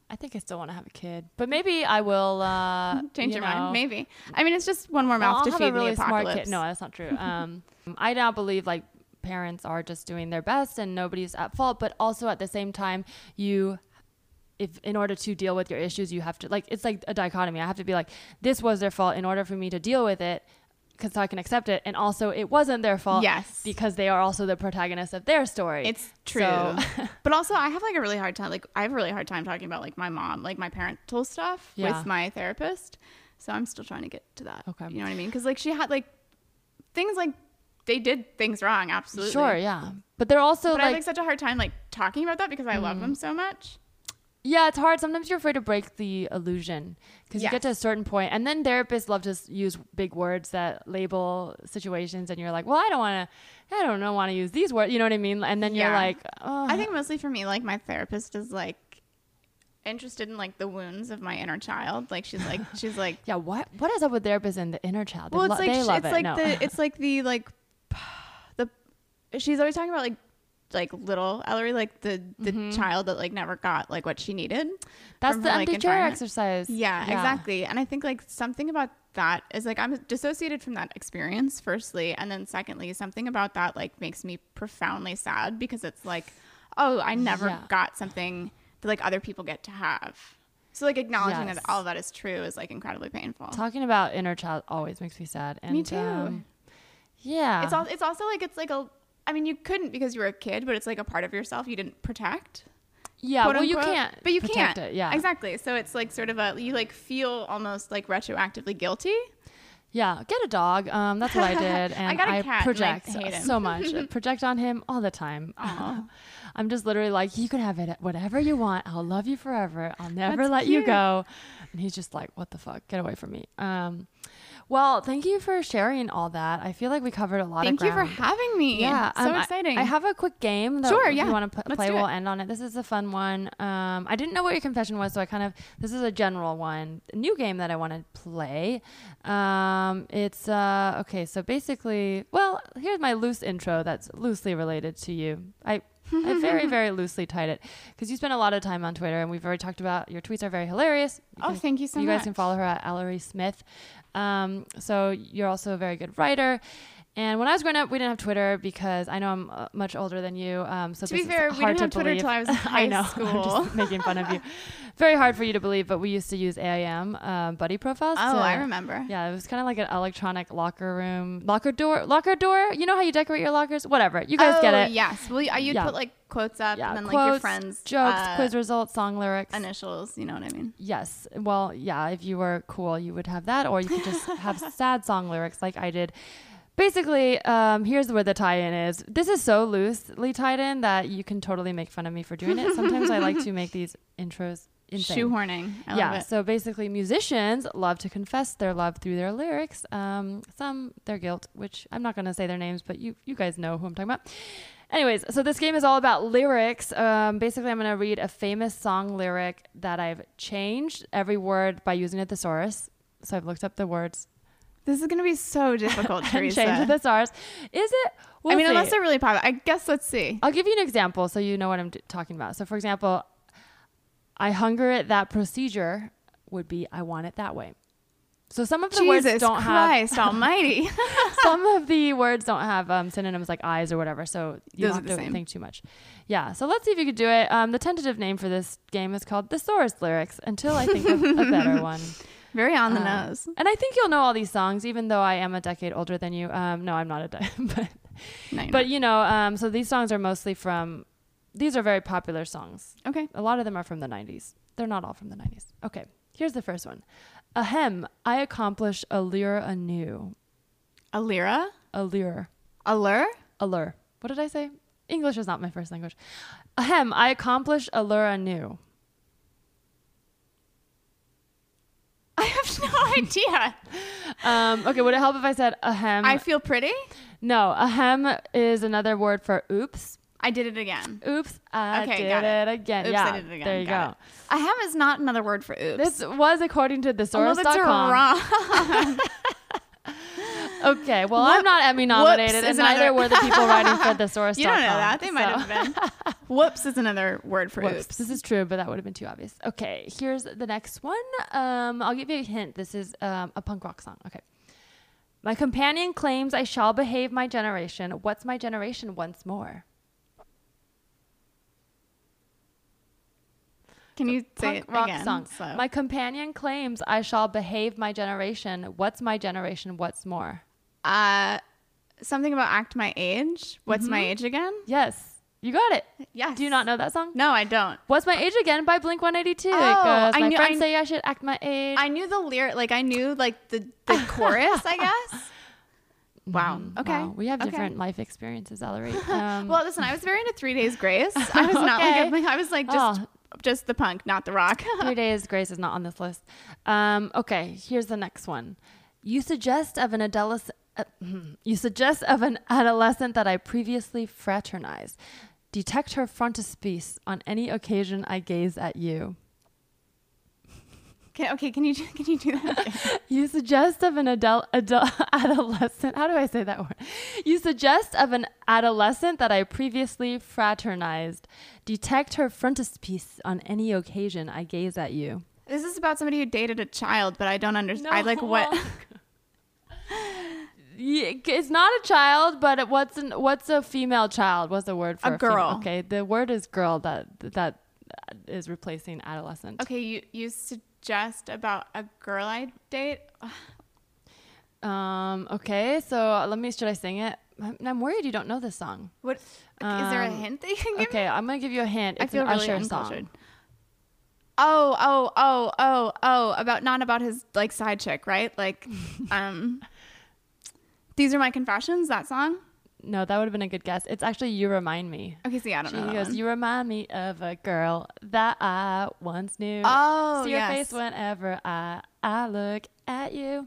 [SPEAKER 2] I think I still want to have a kid, but maybe I will uh,
[SPEAKER 3] Change
[SPEAKER 2] you
[SPEAKER 3] your mind,
[SPEAKER 2] know.
[SPEAKER 3] maybe. I mean, it's just one more
[SPEAKER 2] Well,
[SPEAKER 3] mouth to
[SPEAKER 2] I'll
[SPEAKER 3] feed
[SPEAKER 2] have a
[SPEAKER 3] in
[SPEAKER 2] really
[SPEAKER 3] the
[SPEAKER 2] smart
[SPEAKER 3] apocalypse.
[SPEAKER 2] kid. No, that's not true. Um, I now believe like parents are just doing their best and nobody's at fault, but also at the same time, you. If in order to deal with your issues, you have to like it's like a dichotomy. I have to be like, this was their fault in order for me to deal with it, because so I can accept it, and also it wasn't their fault.
[SPEAKER 3] Yes.
[SPEAKER 2] because they are also the protagonist of their story.
[SPEAKER 3] It's true.
[SPEAKER 2] So-
[SPEAKER 3] but also I have like a really hard time like I have a really hard time talking about like my mom, like my parental stuff
[SPEAKER 2] Yeah.
[SPEAKER 3] with my therapist. So I'm still trying to get to that.
[SPEAKER 2] Okay.
[SPEAKER 3] You know what I mean? Cuz like she had like things like they did things wrong, absolutely.
[SPEAKER 2] sure, yeah, but they're also
[SPEAKER 3] But I
[SPEAKER 2] like
[SPEAKER 3] have
[SPEAKER 2] Mm.
[SPEAKER 3] like such a hard time like talking about that because I love them so much.
[SPEAKER 2] Yeah, it's hard. Sometimes you're afraid to break the illusion because you get to a
[SPEAKER 3] Yes.
[SPEAKER 2] certain point, and then therapists love to s- use big words that label situations, and you're like, "Well, I don't want to, I don't know, want to use these words." You know what I mean? And then you're
[SPEAKER 3] Yeah.
[SPEAKER 2] like, oh,
[SPEAKER 3] I think mostly for me like my therapist is like interested in like the wounds of my inner child. Like she's like she's like
[SPEAKER 2] yeah, what what is up with therapists and the inner child? They
[SPEAKER 3] well, it's
[SPEAKER 2] lo-
[SPEAKER 3] like
[SPEAKER 2] they
[SPEAKER 3] sh-
[SPEAKER 2] love
[SPEAKER 3] it's
[SPEAKER 2] it.
[SPEAKER 3] like
[SPEAKER 2] no.
[SPEAKER 3] the it's like the like the she's always talking about like like little Ellery, like the the child that like never got like what she needed.
[SPEAKER 2] Mm-hmm. That's
[SPEAKER 3] from
[SPEAKER 2] the
[SPEAKER 3] her, like,
[SPEAKER 2] empty chair
[SPEAKER 3] environment.
[SPEAKER 2] exercise.
[SPEAKER 3] Yeah, exactly. And I think like something about that is like I'm dissociated from that experience firstly, and then secondly, something about that like makes me profoundly sad because it's like, oh, I never
[SPEAKER 2] Yeah.
[SPEAKER 3] got something that like other people get to have. So like acknowledging
[SPEAKER 2] Yes.
[SPEAKER 3] that all of that is true is like incredibly painful.
[SPEAKER 2] Talking about inner child always makes me sad. And,
[SPEAKER 3] Me too.
[SPEAKER 2] um, yeah,
[SPEAKER 3] It's all. It's also like it's like a. I mean, you couldn't because you were a kid, but it's like a part of yourself you didn't protect.
[SPEAKER 2] yeah.
[SPEAKER 3] quote
[SPEAKER 2] well, you
[SPEAKER 3] unquote.
[SPEAKER 2] can't,
[SPEAKER 3] But you
[SPEAKER 2] protect
[SPEAKER 3] can't.
[SPEAKER 2] It. Yeah,
[SPEAKER 3] Exactly. So it's like sort of a. You like feel almost like retroactively guilty.
[SPEAKER 2] Yeah, get a dog. Um, that's what I did, and I,
[SPEAKER 3] got a cat and, like,
[SPEAKER 2] project
[SPEAKER 3] hate him.
[SPEAKER 2] so much. I project on him all the time. I'm just literally like, you can have it, whatever you want. I'll love you forever. I'll never
[SPEAKER 3] That's
[SPEAKER 2] let you
[SPEAKER 3] cute.
[SPEAKER 2] go. And he's just like, what the fuck? Get away from me. Um, well, thank you for sharing all that. I feel like we covered a lot.
[SPEAKER 3] Thank
[SPEAKER 2] of
[SPEAKER 3] you for
[SPEAKER 2] ground.
[SPEAKER 3] having me.
[SPEAKER 2] Yeah,
[SPEAKER 3] So
[SPEAKER 2] um, I-
[SPEAKER 3] exciting.
[SPEAKER 2] I, have a quick game that
[SPEAKER 3] Sure,
[SPEAKER 2] if
[SPEAKER 3] yeah.
[SPEAKER 2] you want to p-
[SPEAKER 3] Let's
[SPEAKER 2] play.
[SPEAKER 3] do
[SPEAKER 2] We'll
[SPEAKER 3] it.
[SPEAKER 2] end on it. This is a fun one. Um, I didn't know what your confession was, so I kind of this is a general one. A new game that I want to play. Um, it's uh, okay. So basically, well, here's my loose intro that's loosely related to you. I. I very, very loosely tied it because you spend a lot of time on Twitter, and we've already talked about your tweets are very hilarious. You
[SPEAKER 3] Oh, thank you so
[SPEAKER 2] You guys can
[SPEAKER 3] much.
[SPEAKER 2] follow her at Ellery Smith. Um, so you're also a very good writer. And when I was growing up, we didn't have Twitter because I know I'm uh, much older than you. Um, so
[SPEAKER 3] To be
[SPEAKER 2] this is
[SPEAKER 3] fair, we
[SPEAKER 2] hard
[SPEAKER 3] didn't
[SPEAKER 2] to
[SPEAKER 3] have Twitter
[SPEAKER 2] believe.
[SPEAKER 3] till I was in high
[SPEAKER 2] know, I'm
[SPEAKER 3] school.
[SPEAKER 2] just making fun of you. Very hard for you to believe, but we used to use AIM um, buddy profiles.
[SPEAKER 3] oh,
[SPEAKER 2] to-
[SPEAKER 3] I remember.
[SPEAKER 2] Yeah, it was kind of like an electronic locker room, locker door, locker door. You know how you decorate your lockers? Whatever. You guys
[SPEAKER 3] oh,
[SPEAKER 2] get it.
[SPEAKER 3] Yes. Well, you, you'd
[SPEAKER 2] Yeah.
[SPEAKER 3] put like quotes up
[SPEAKER 2] Yeah,
[SPEAKER 3] and then
[SPEAKER 2] quotes,
[SPEAKER 3] like your friends
[SPEAKER 2] jokes,
[SPEAKER 3] uh,
[SPEAKER 2] quiz results, song lyrics.
[SPEAKER 3] initials. You know what I mean?
[SPEAKER 2] Yes. Well, yeah, if you were cool, you would have that, or you could just have sad song lyrics like I did. Basically, um, here's where the tie in is. This is so loosely tied in that you can totally make fun of me for doing it. Sometimes I like to make these intros insane.
[SPEAKER 3] Shoehorning. I
[SPEAKER 2] yeah,
[SPEAKER 3] love it.
[SPEAKER 2] so basically, musicians love to confess their love through their lyrics. Um, some their guilt, which I'm not going to say their names, but you you guys know who I'm talking about. Anyways, so this game is all about lyrics. Um, basically, I'm going to read a famous song lyric that I've changed every word by using a thesaurus. So I've looked up the words
[SPEAKER 3] This is gonna be so difficult,
[SPEAKER 2] and
[SPEAKER 3] Teresa.
[SPEAKER 2] changed the thesaurus. Is it? We'll
[SPEAKER 3] I mean,
[SPEAKER 2] see.
[SPEAKER 3] unless they're really popular. I guess let's see.
[SPEAKER 2] I'll give you an example so you know what I'm t- talking about. So, for example, I hunger at that procedure would be I want it that way. So some of the
[SPEAKER 3] Jesus
[SPEAKER 2] words don't
[SPEAKER 3] Christ Almighty.
[SPEAKER 2] have some of the words don't have um, synonyms like eyes or whatever. So you don't
[SPEAKER 3] Those are
[SPEAKER 2] have to
[SPEAKER 3] the same.
[SPEAKER 2] think too much. Yeah. So let's see if you could do it. Um, the tentative name for this game is called Thesaurus Lyrics until I think of a better one.
[SPEAKER 3] Very on the
[SPEAKER 2] Um,
[SPEAKER 3] nose.
[SPEAKER 2] And I think you'll know all these songs, even though I am a decade older than you. Um, no, I'm not a decade, but
[SPEAKER 3] No, you're
[SPEAKER 2] but
[SPEAKER 3] not.
[SPEAKER 2] you know, um, so these songs are mostly from These are very popular songs.
[SPEAKER 3] Okay.
[SPEAKER 2] A lot of them are from the 90s. They're not all from the 90s. Okay, here's the first one. Ahem, I accomplish allure anew.
[SPEAKER 3] Alira?
[SPEAKER 2] Allure.
[SPEAKER 3] Allure?
[SPEAKER 2] Allure. What did I say? English is not my first language. Ahem, I accomplish allure anew.
[SPEAKER 3] I have no idea.
[SPEAKER 2] Um, okay, would it help if I said ahem?
[SPEAKER 3] I feel pretty.
[SPEAKER 2] no, ahem is another word for oops.
[SPEAKER 3] I did it again.
[SPEAKER 2] Oops, I
[SPEAKER 3] Okay,
[SPEAKER 2] did
[SPEAKER 3] got it.
[SPEAKER 2] it. again.
[SPEAKER 3] Oops,
[SPEAKER 2] yeah,
[SPEAKER 3] I did it again.
[SPEAKER 2] there you go.
[SPEAKER 3] Got it. Ahem is not another word for oops.
[SPEAKER 2] This was according to
[SPEAKER 3] Well, that's
[SPEAKER 2] thesaurus.com.
[SPEAKER 3] wrong.
[SPEAKER 2] Okay, well, I'm not Emmy nominated,
[SPEAKER 3] is
[SPEAKER 2] and
[SPEAKER 3] another-
[SPEAKER 2] neither were the people writing for thesaurus.com.
[SPEAKER 3] You don't know that. They might
[SPEAKER 2] so-
[SPEAKER 3] have been. Whoops is another word for
[SPEAKER 2] Whoops.
[SPEAKER 3] oops.
[SPEAKER 2] This is true, but that would have been too obvious. Okay, here's the next one. Um, I'll give you a hint. This is um, a punk rock song. Okay. My companion claims I shall behave my generation. What's my generation once more?
[SPEAKER 3] Can you say
[SPEAKER 2] Punk
[SPEAKER 3] it
[SPEAKER 2] rock
[SPEAKER 3] again?
[SPEAKER 2] song.
[SPEAKER 3] slow?
[SPEAKER 2] My companion claims I shall behave my generation. What's my generation once more?
[SPEAKER 3] uh, something about act my age. What's my
[SPEAKER 2] Mm-hmm.
[SPEAKER 3] age again?
[SPEAKER 2] Yes, you got it.
[SPEAKER 3] Yes.
[SPEAKER 2] Do you not know that song?
[SPEAKER 3] No, I don't.
[SPEAKER 2] What's my age again by Blink 182?
[SPEAKER 3] Oh,
[SPEAKER 2] Because
[SPEAKER 3] I
[SPEAKER 2] uh, my
[SPEAKER 3] knew-
[SPEAKER 2] friends
[SPEAKER 3] I-
[SPEAKER 2] say I should act my age.
[SPEAKER 3] I knew the lyric. Like I knew like the the chorus. I guess. Wow. Okay.
[SPEAKER 2] Mm-hmm. Wow, we have
[SPEAKER 3] Okay.
[SPEAKER 2] different life experiences, Ellery. Um,
[SPEAKER 3] Well, listen. I was very into Three Days Grace. I was not
[SPEAKER 2] Okay.
[SPEAKER 3] like I was like just
[SPEAKER 2] Oh.
[SPEAKER 3] just the punk, not the rock.
[SPEAKER 2] Three days grace is not on this list. Um, okay, here's the next one. You suggest of an adolescent. Uh, you suggest of an adolescent that I previously fraternized. Detect her frontispiece on any occasion I gaze at you.
[SPEAKER 3] okay, okay. Can you do- can you do that? again?
[SPEAKER 2] You suggest of an adult, adult adolescent. How do I say that word? You suggest of an adolescent that I previously fraternized. Detect her frontispiece on any occasion I gaze at you.
[SPEAKER 3] This is about somebody who dated a child, but I don't understand. I like what?
[SPEAKER 2] No. Yeah, it's not a child, but it- what's an, what's a female child? What's the word for female?
[SPEAKER 3] A girl.
[SPEAKER 2] Okay, the word is girl. That that is replacing adolescent.
[SPEAKER 3] Okay, you you suggest about a girl I date.
[SPEAKER 2] Um. Okay. So let me. Should I sing it? I'm, I'm worried you don't know this song.
[SPEAKER 3] What is there a
[SPEAKER 2] Um,
[SPEAKER 3] hint that you can give me?
[SPEAKER 2] Okay, I'm gonna give you a hint.
[SPEAKER 3] I
[SPEAKER 2] It's
[SPEAKER 3] feel
[SPEAKER 2] an
[SPEAKER 3] really
[SPEAKER 2] Usher
[SPEAKER 3] uncultured.
[SPEAKER 2] song.
[SPEAKER 3] Oh, oh, oh, oh, oh, about not about his like side chick, right? Like um These are my confessions, that song.
[SPEAKER 2] No, that would have been a good guess. It's actually "You Remind Me."
[SPEAKER 3] Okay, see, I don't
[SPEAKER 2] She
[SPEAKER 3] know. That
[SPEAKER 2] goes,
[SPEAKER 3] one.
[SPEAKER 2] "You remind me of a girl that I once knew."
[SPEAKER 3] Oh,
[SPEAKER 2] see your
[SPEAKER 3] yes.
[SPEAKER 2] face whenever I I look at you.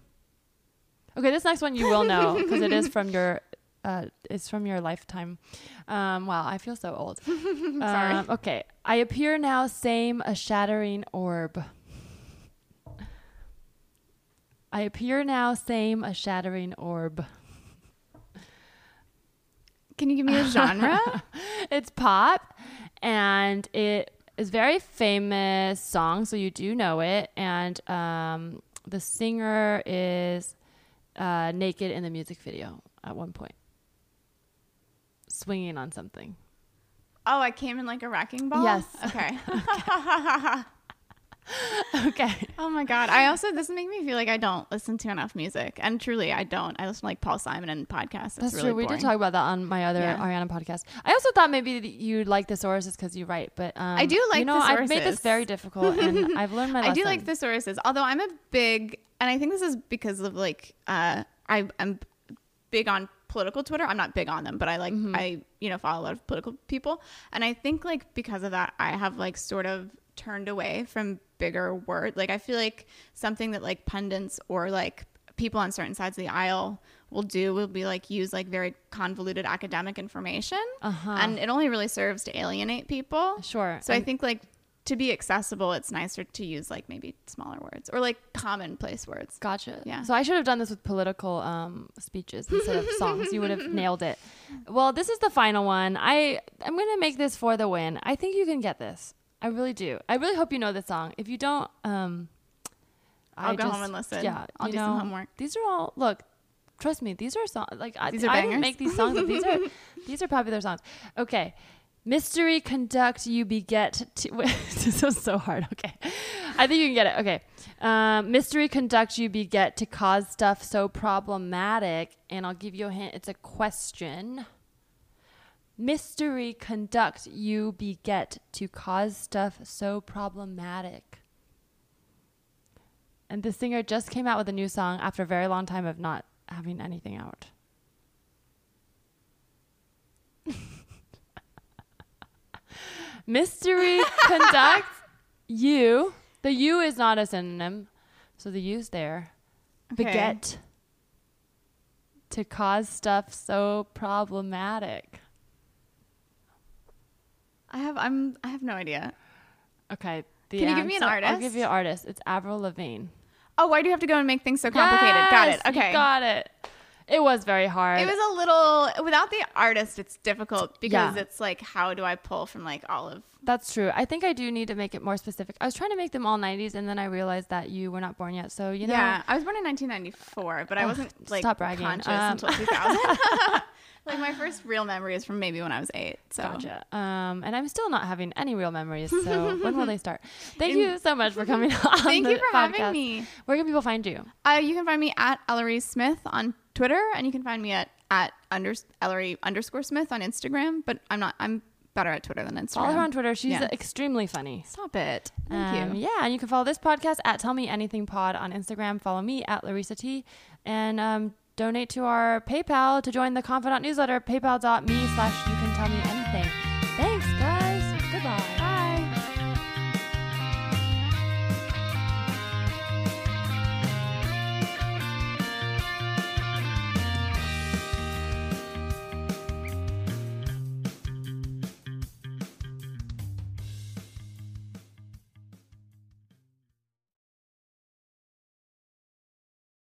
[SPEAKER 2] Okay, this next one you will know because it is from your uh, it's from your lifetime. Um, wow, I feel so old.
[SPEAKER 3] Sorry.
[SPEAKER 2] Um, okay, I appear now, same a shattering orb. I appear now, same a shattering orb.
[SPEAKER 3] Can you give me a genre?
[SPEAKER 2] it's pop and it is very famous song so you do know it and um, the singer is uh, naked in the music video at one point swinging on something
[SPEAKER 3] oh, I came in like a wrecking ball.
[SPEAKER 2] Yes.
[SPEAKER 3] Okay.
[SPEAKER 2] okay
[SPEAKER 3] oh my god. I also this makes me feel like I don't listen to enough music. And truly I don't. I listen to like Paul Simon and podcasts. It's
[SPEAKER 2] that's
[SPEAKER 3] really
[SPEAKER 2] true we
[SPEAKER 3] boring.
[SPEAKER 2] did talk about that on my other
[SPEAKER 3] Yeah.
[SPEAKER 2] ariana podcast i also thought maybe that you'd like thesauruses because you write but um,
[SPEAKER 3] do like
[SPEAKER 2] you know i've made
[SPEAKER 3] thesauruses.
[SPEAKER 2] this very difficult and i've learned my lesson.
[SPEAKER 3] I do like thesauruses, although I'm a big, and I think this is because of like, uh, I, I'm big on political Twitter. I'm not big on them, but I like,
[SPEAKER 2] Mm-hmm.
[SPEAKER 3] I, you know, follow a lot of political people. And I think like because of that, I have like sort of turned away from bigger word. Like, I feel like something that like pundits or like people on certain sides of the aisle will do will be like use like very convoluted academic information
[SPEAKER 2] Uh-huh.
[SPEAKER 3] and it only really serves to alienate people
[SPEAKER 2] Sure.
[SPEAKER 3] so i
[SPEAKER 2] And-
[SPEAKER 3] think like to be accessible, it's nicer to use like maybe smaller words or like commonplace words.
[SPEAKER 2] Gotcha.
[SPEAKER 3] Yeah.
[SPEAKER 2] So I should have done this with political um, speeches instead of songs. You would have nailed it. Well, this is the final one. I I'm gonna make this for the win. I think you can get this. I really do. I really hope you know this song. If you don't, um,
[SPEAKER 3] I'll
[SPEAKER 2] I
[SPEAKER 3] go home
[SPEAKER 2] just-
[SPEAKER 3] and listen.
[SPEAKER 2] Yeah.
[SPEAKER 3] I'll
[SPEAKER 2] you
[SPEAKER 3] do some
[SPEAKER 2] know,
[SPEAKER 3] homework.
[SPEAKER 2] These are all look. Trust me, these are songs. Like I,
[SPEAKER 3] These are
[SPEAKER 2] I didn't
[SPEAKER 3] bangers.
[SPEAKER 2] make these songs. Up. These are these are popular songs. Okay. Mystery conduct you beget to. wait, this is so hard. Okay, I think you can get it. Okay, um, mystery conduct you beget to cause stuff so problematic, and I'll give you a hint. It's a question. mystery conduct you beget to cause stuff so problematic. And the singer just came out with a new song after a very long time of not having anything out. mystery conduct you. The U is not a synonym, so the U's there.
[SPEAKER 3] Okay.
[SPEAKER 2] Beget to cause stuff so problematic.
[SPEAKER 3] I have I'm I have no idea.
[SPEAKER 2] Okay. The
[SPEAKER 3] Can you give me an
[SPEAKER 2] answer- I'll
[SPEAKER 3] artist?
[SPEAKER 2] give you an artist. It's Avril Lavigne.
[SPEAKER 3] Oh, why do you have to go and make things so complicated? got it.
[SPEAKER 2] Yes, you
[SPEAKER 3] Okay.
[SPEAKER 2] got it. It was very hard.
[SPEAKER 3] it was a little without the artist it's difficult because
[SPEAKER 2] Yeah.
[SPEAKER 3] it's like how do I pull from like all of
[SPEAKER 2] That's true. I think I do need to make it more specific. I was trying to make them all 90s, and then I realized that you were not born yet. So, you know,
[SPEAKER 3] Yeah, I was born in 1994, but I wasn't like
[SPEAKER 2] stop bragging.
[SPEAKER 3] conscious
[SPEAKER 2] Um,
[SPEAKER 3] until 2000. like my first real memory is from maybe when I was 8. So
[SPEAKER 2] Gotcha. Um, and I'm still not having any real memories. So when will they start? Thank you so much for coming on.
[SPEAKER 3] Thank
[SPEAKER 2] the
[SPEAKER 3] you for having
[SPEAKER 2] podcast.
[SPEAKER 3] me.
[SPEAKER 2] Where can people find you?
[SPEAKER 3] Uh, you can find me at Ellery Smith on Twitter, and you can find me at at under, Ellery underscore Smith on Instagram. But I'm not. I'm better at Twitter than Instagram.
[SPEAKER 2] Follow her on Twitter. She's
[SPEAKER 3] Yeah.
[SPEAKER 2] extremely funny.
[SPEAKER 3] Stop it. Thank
[SPEAKER 2] Um,
[SPEAKER 3] you.
[SPEAKER 2] Yeah, and you can follow this podcast at Tell Me Anything Pod on Instagram. Follow me at Larissa T. And um, donate to our PayPal to join the Confidant newsletter, paypal.me slash you can tell me anything.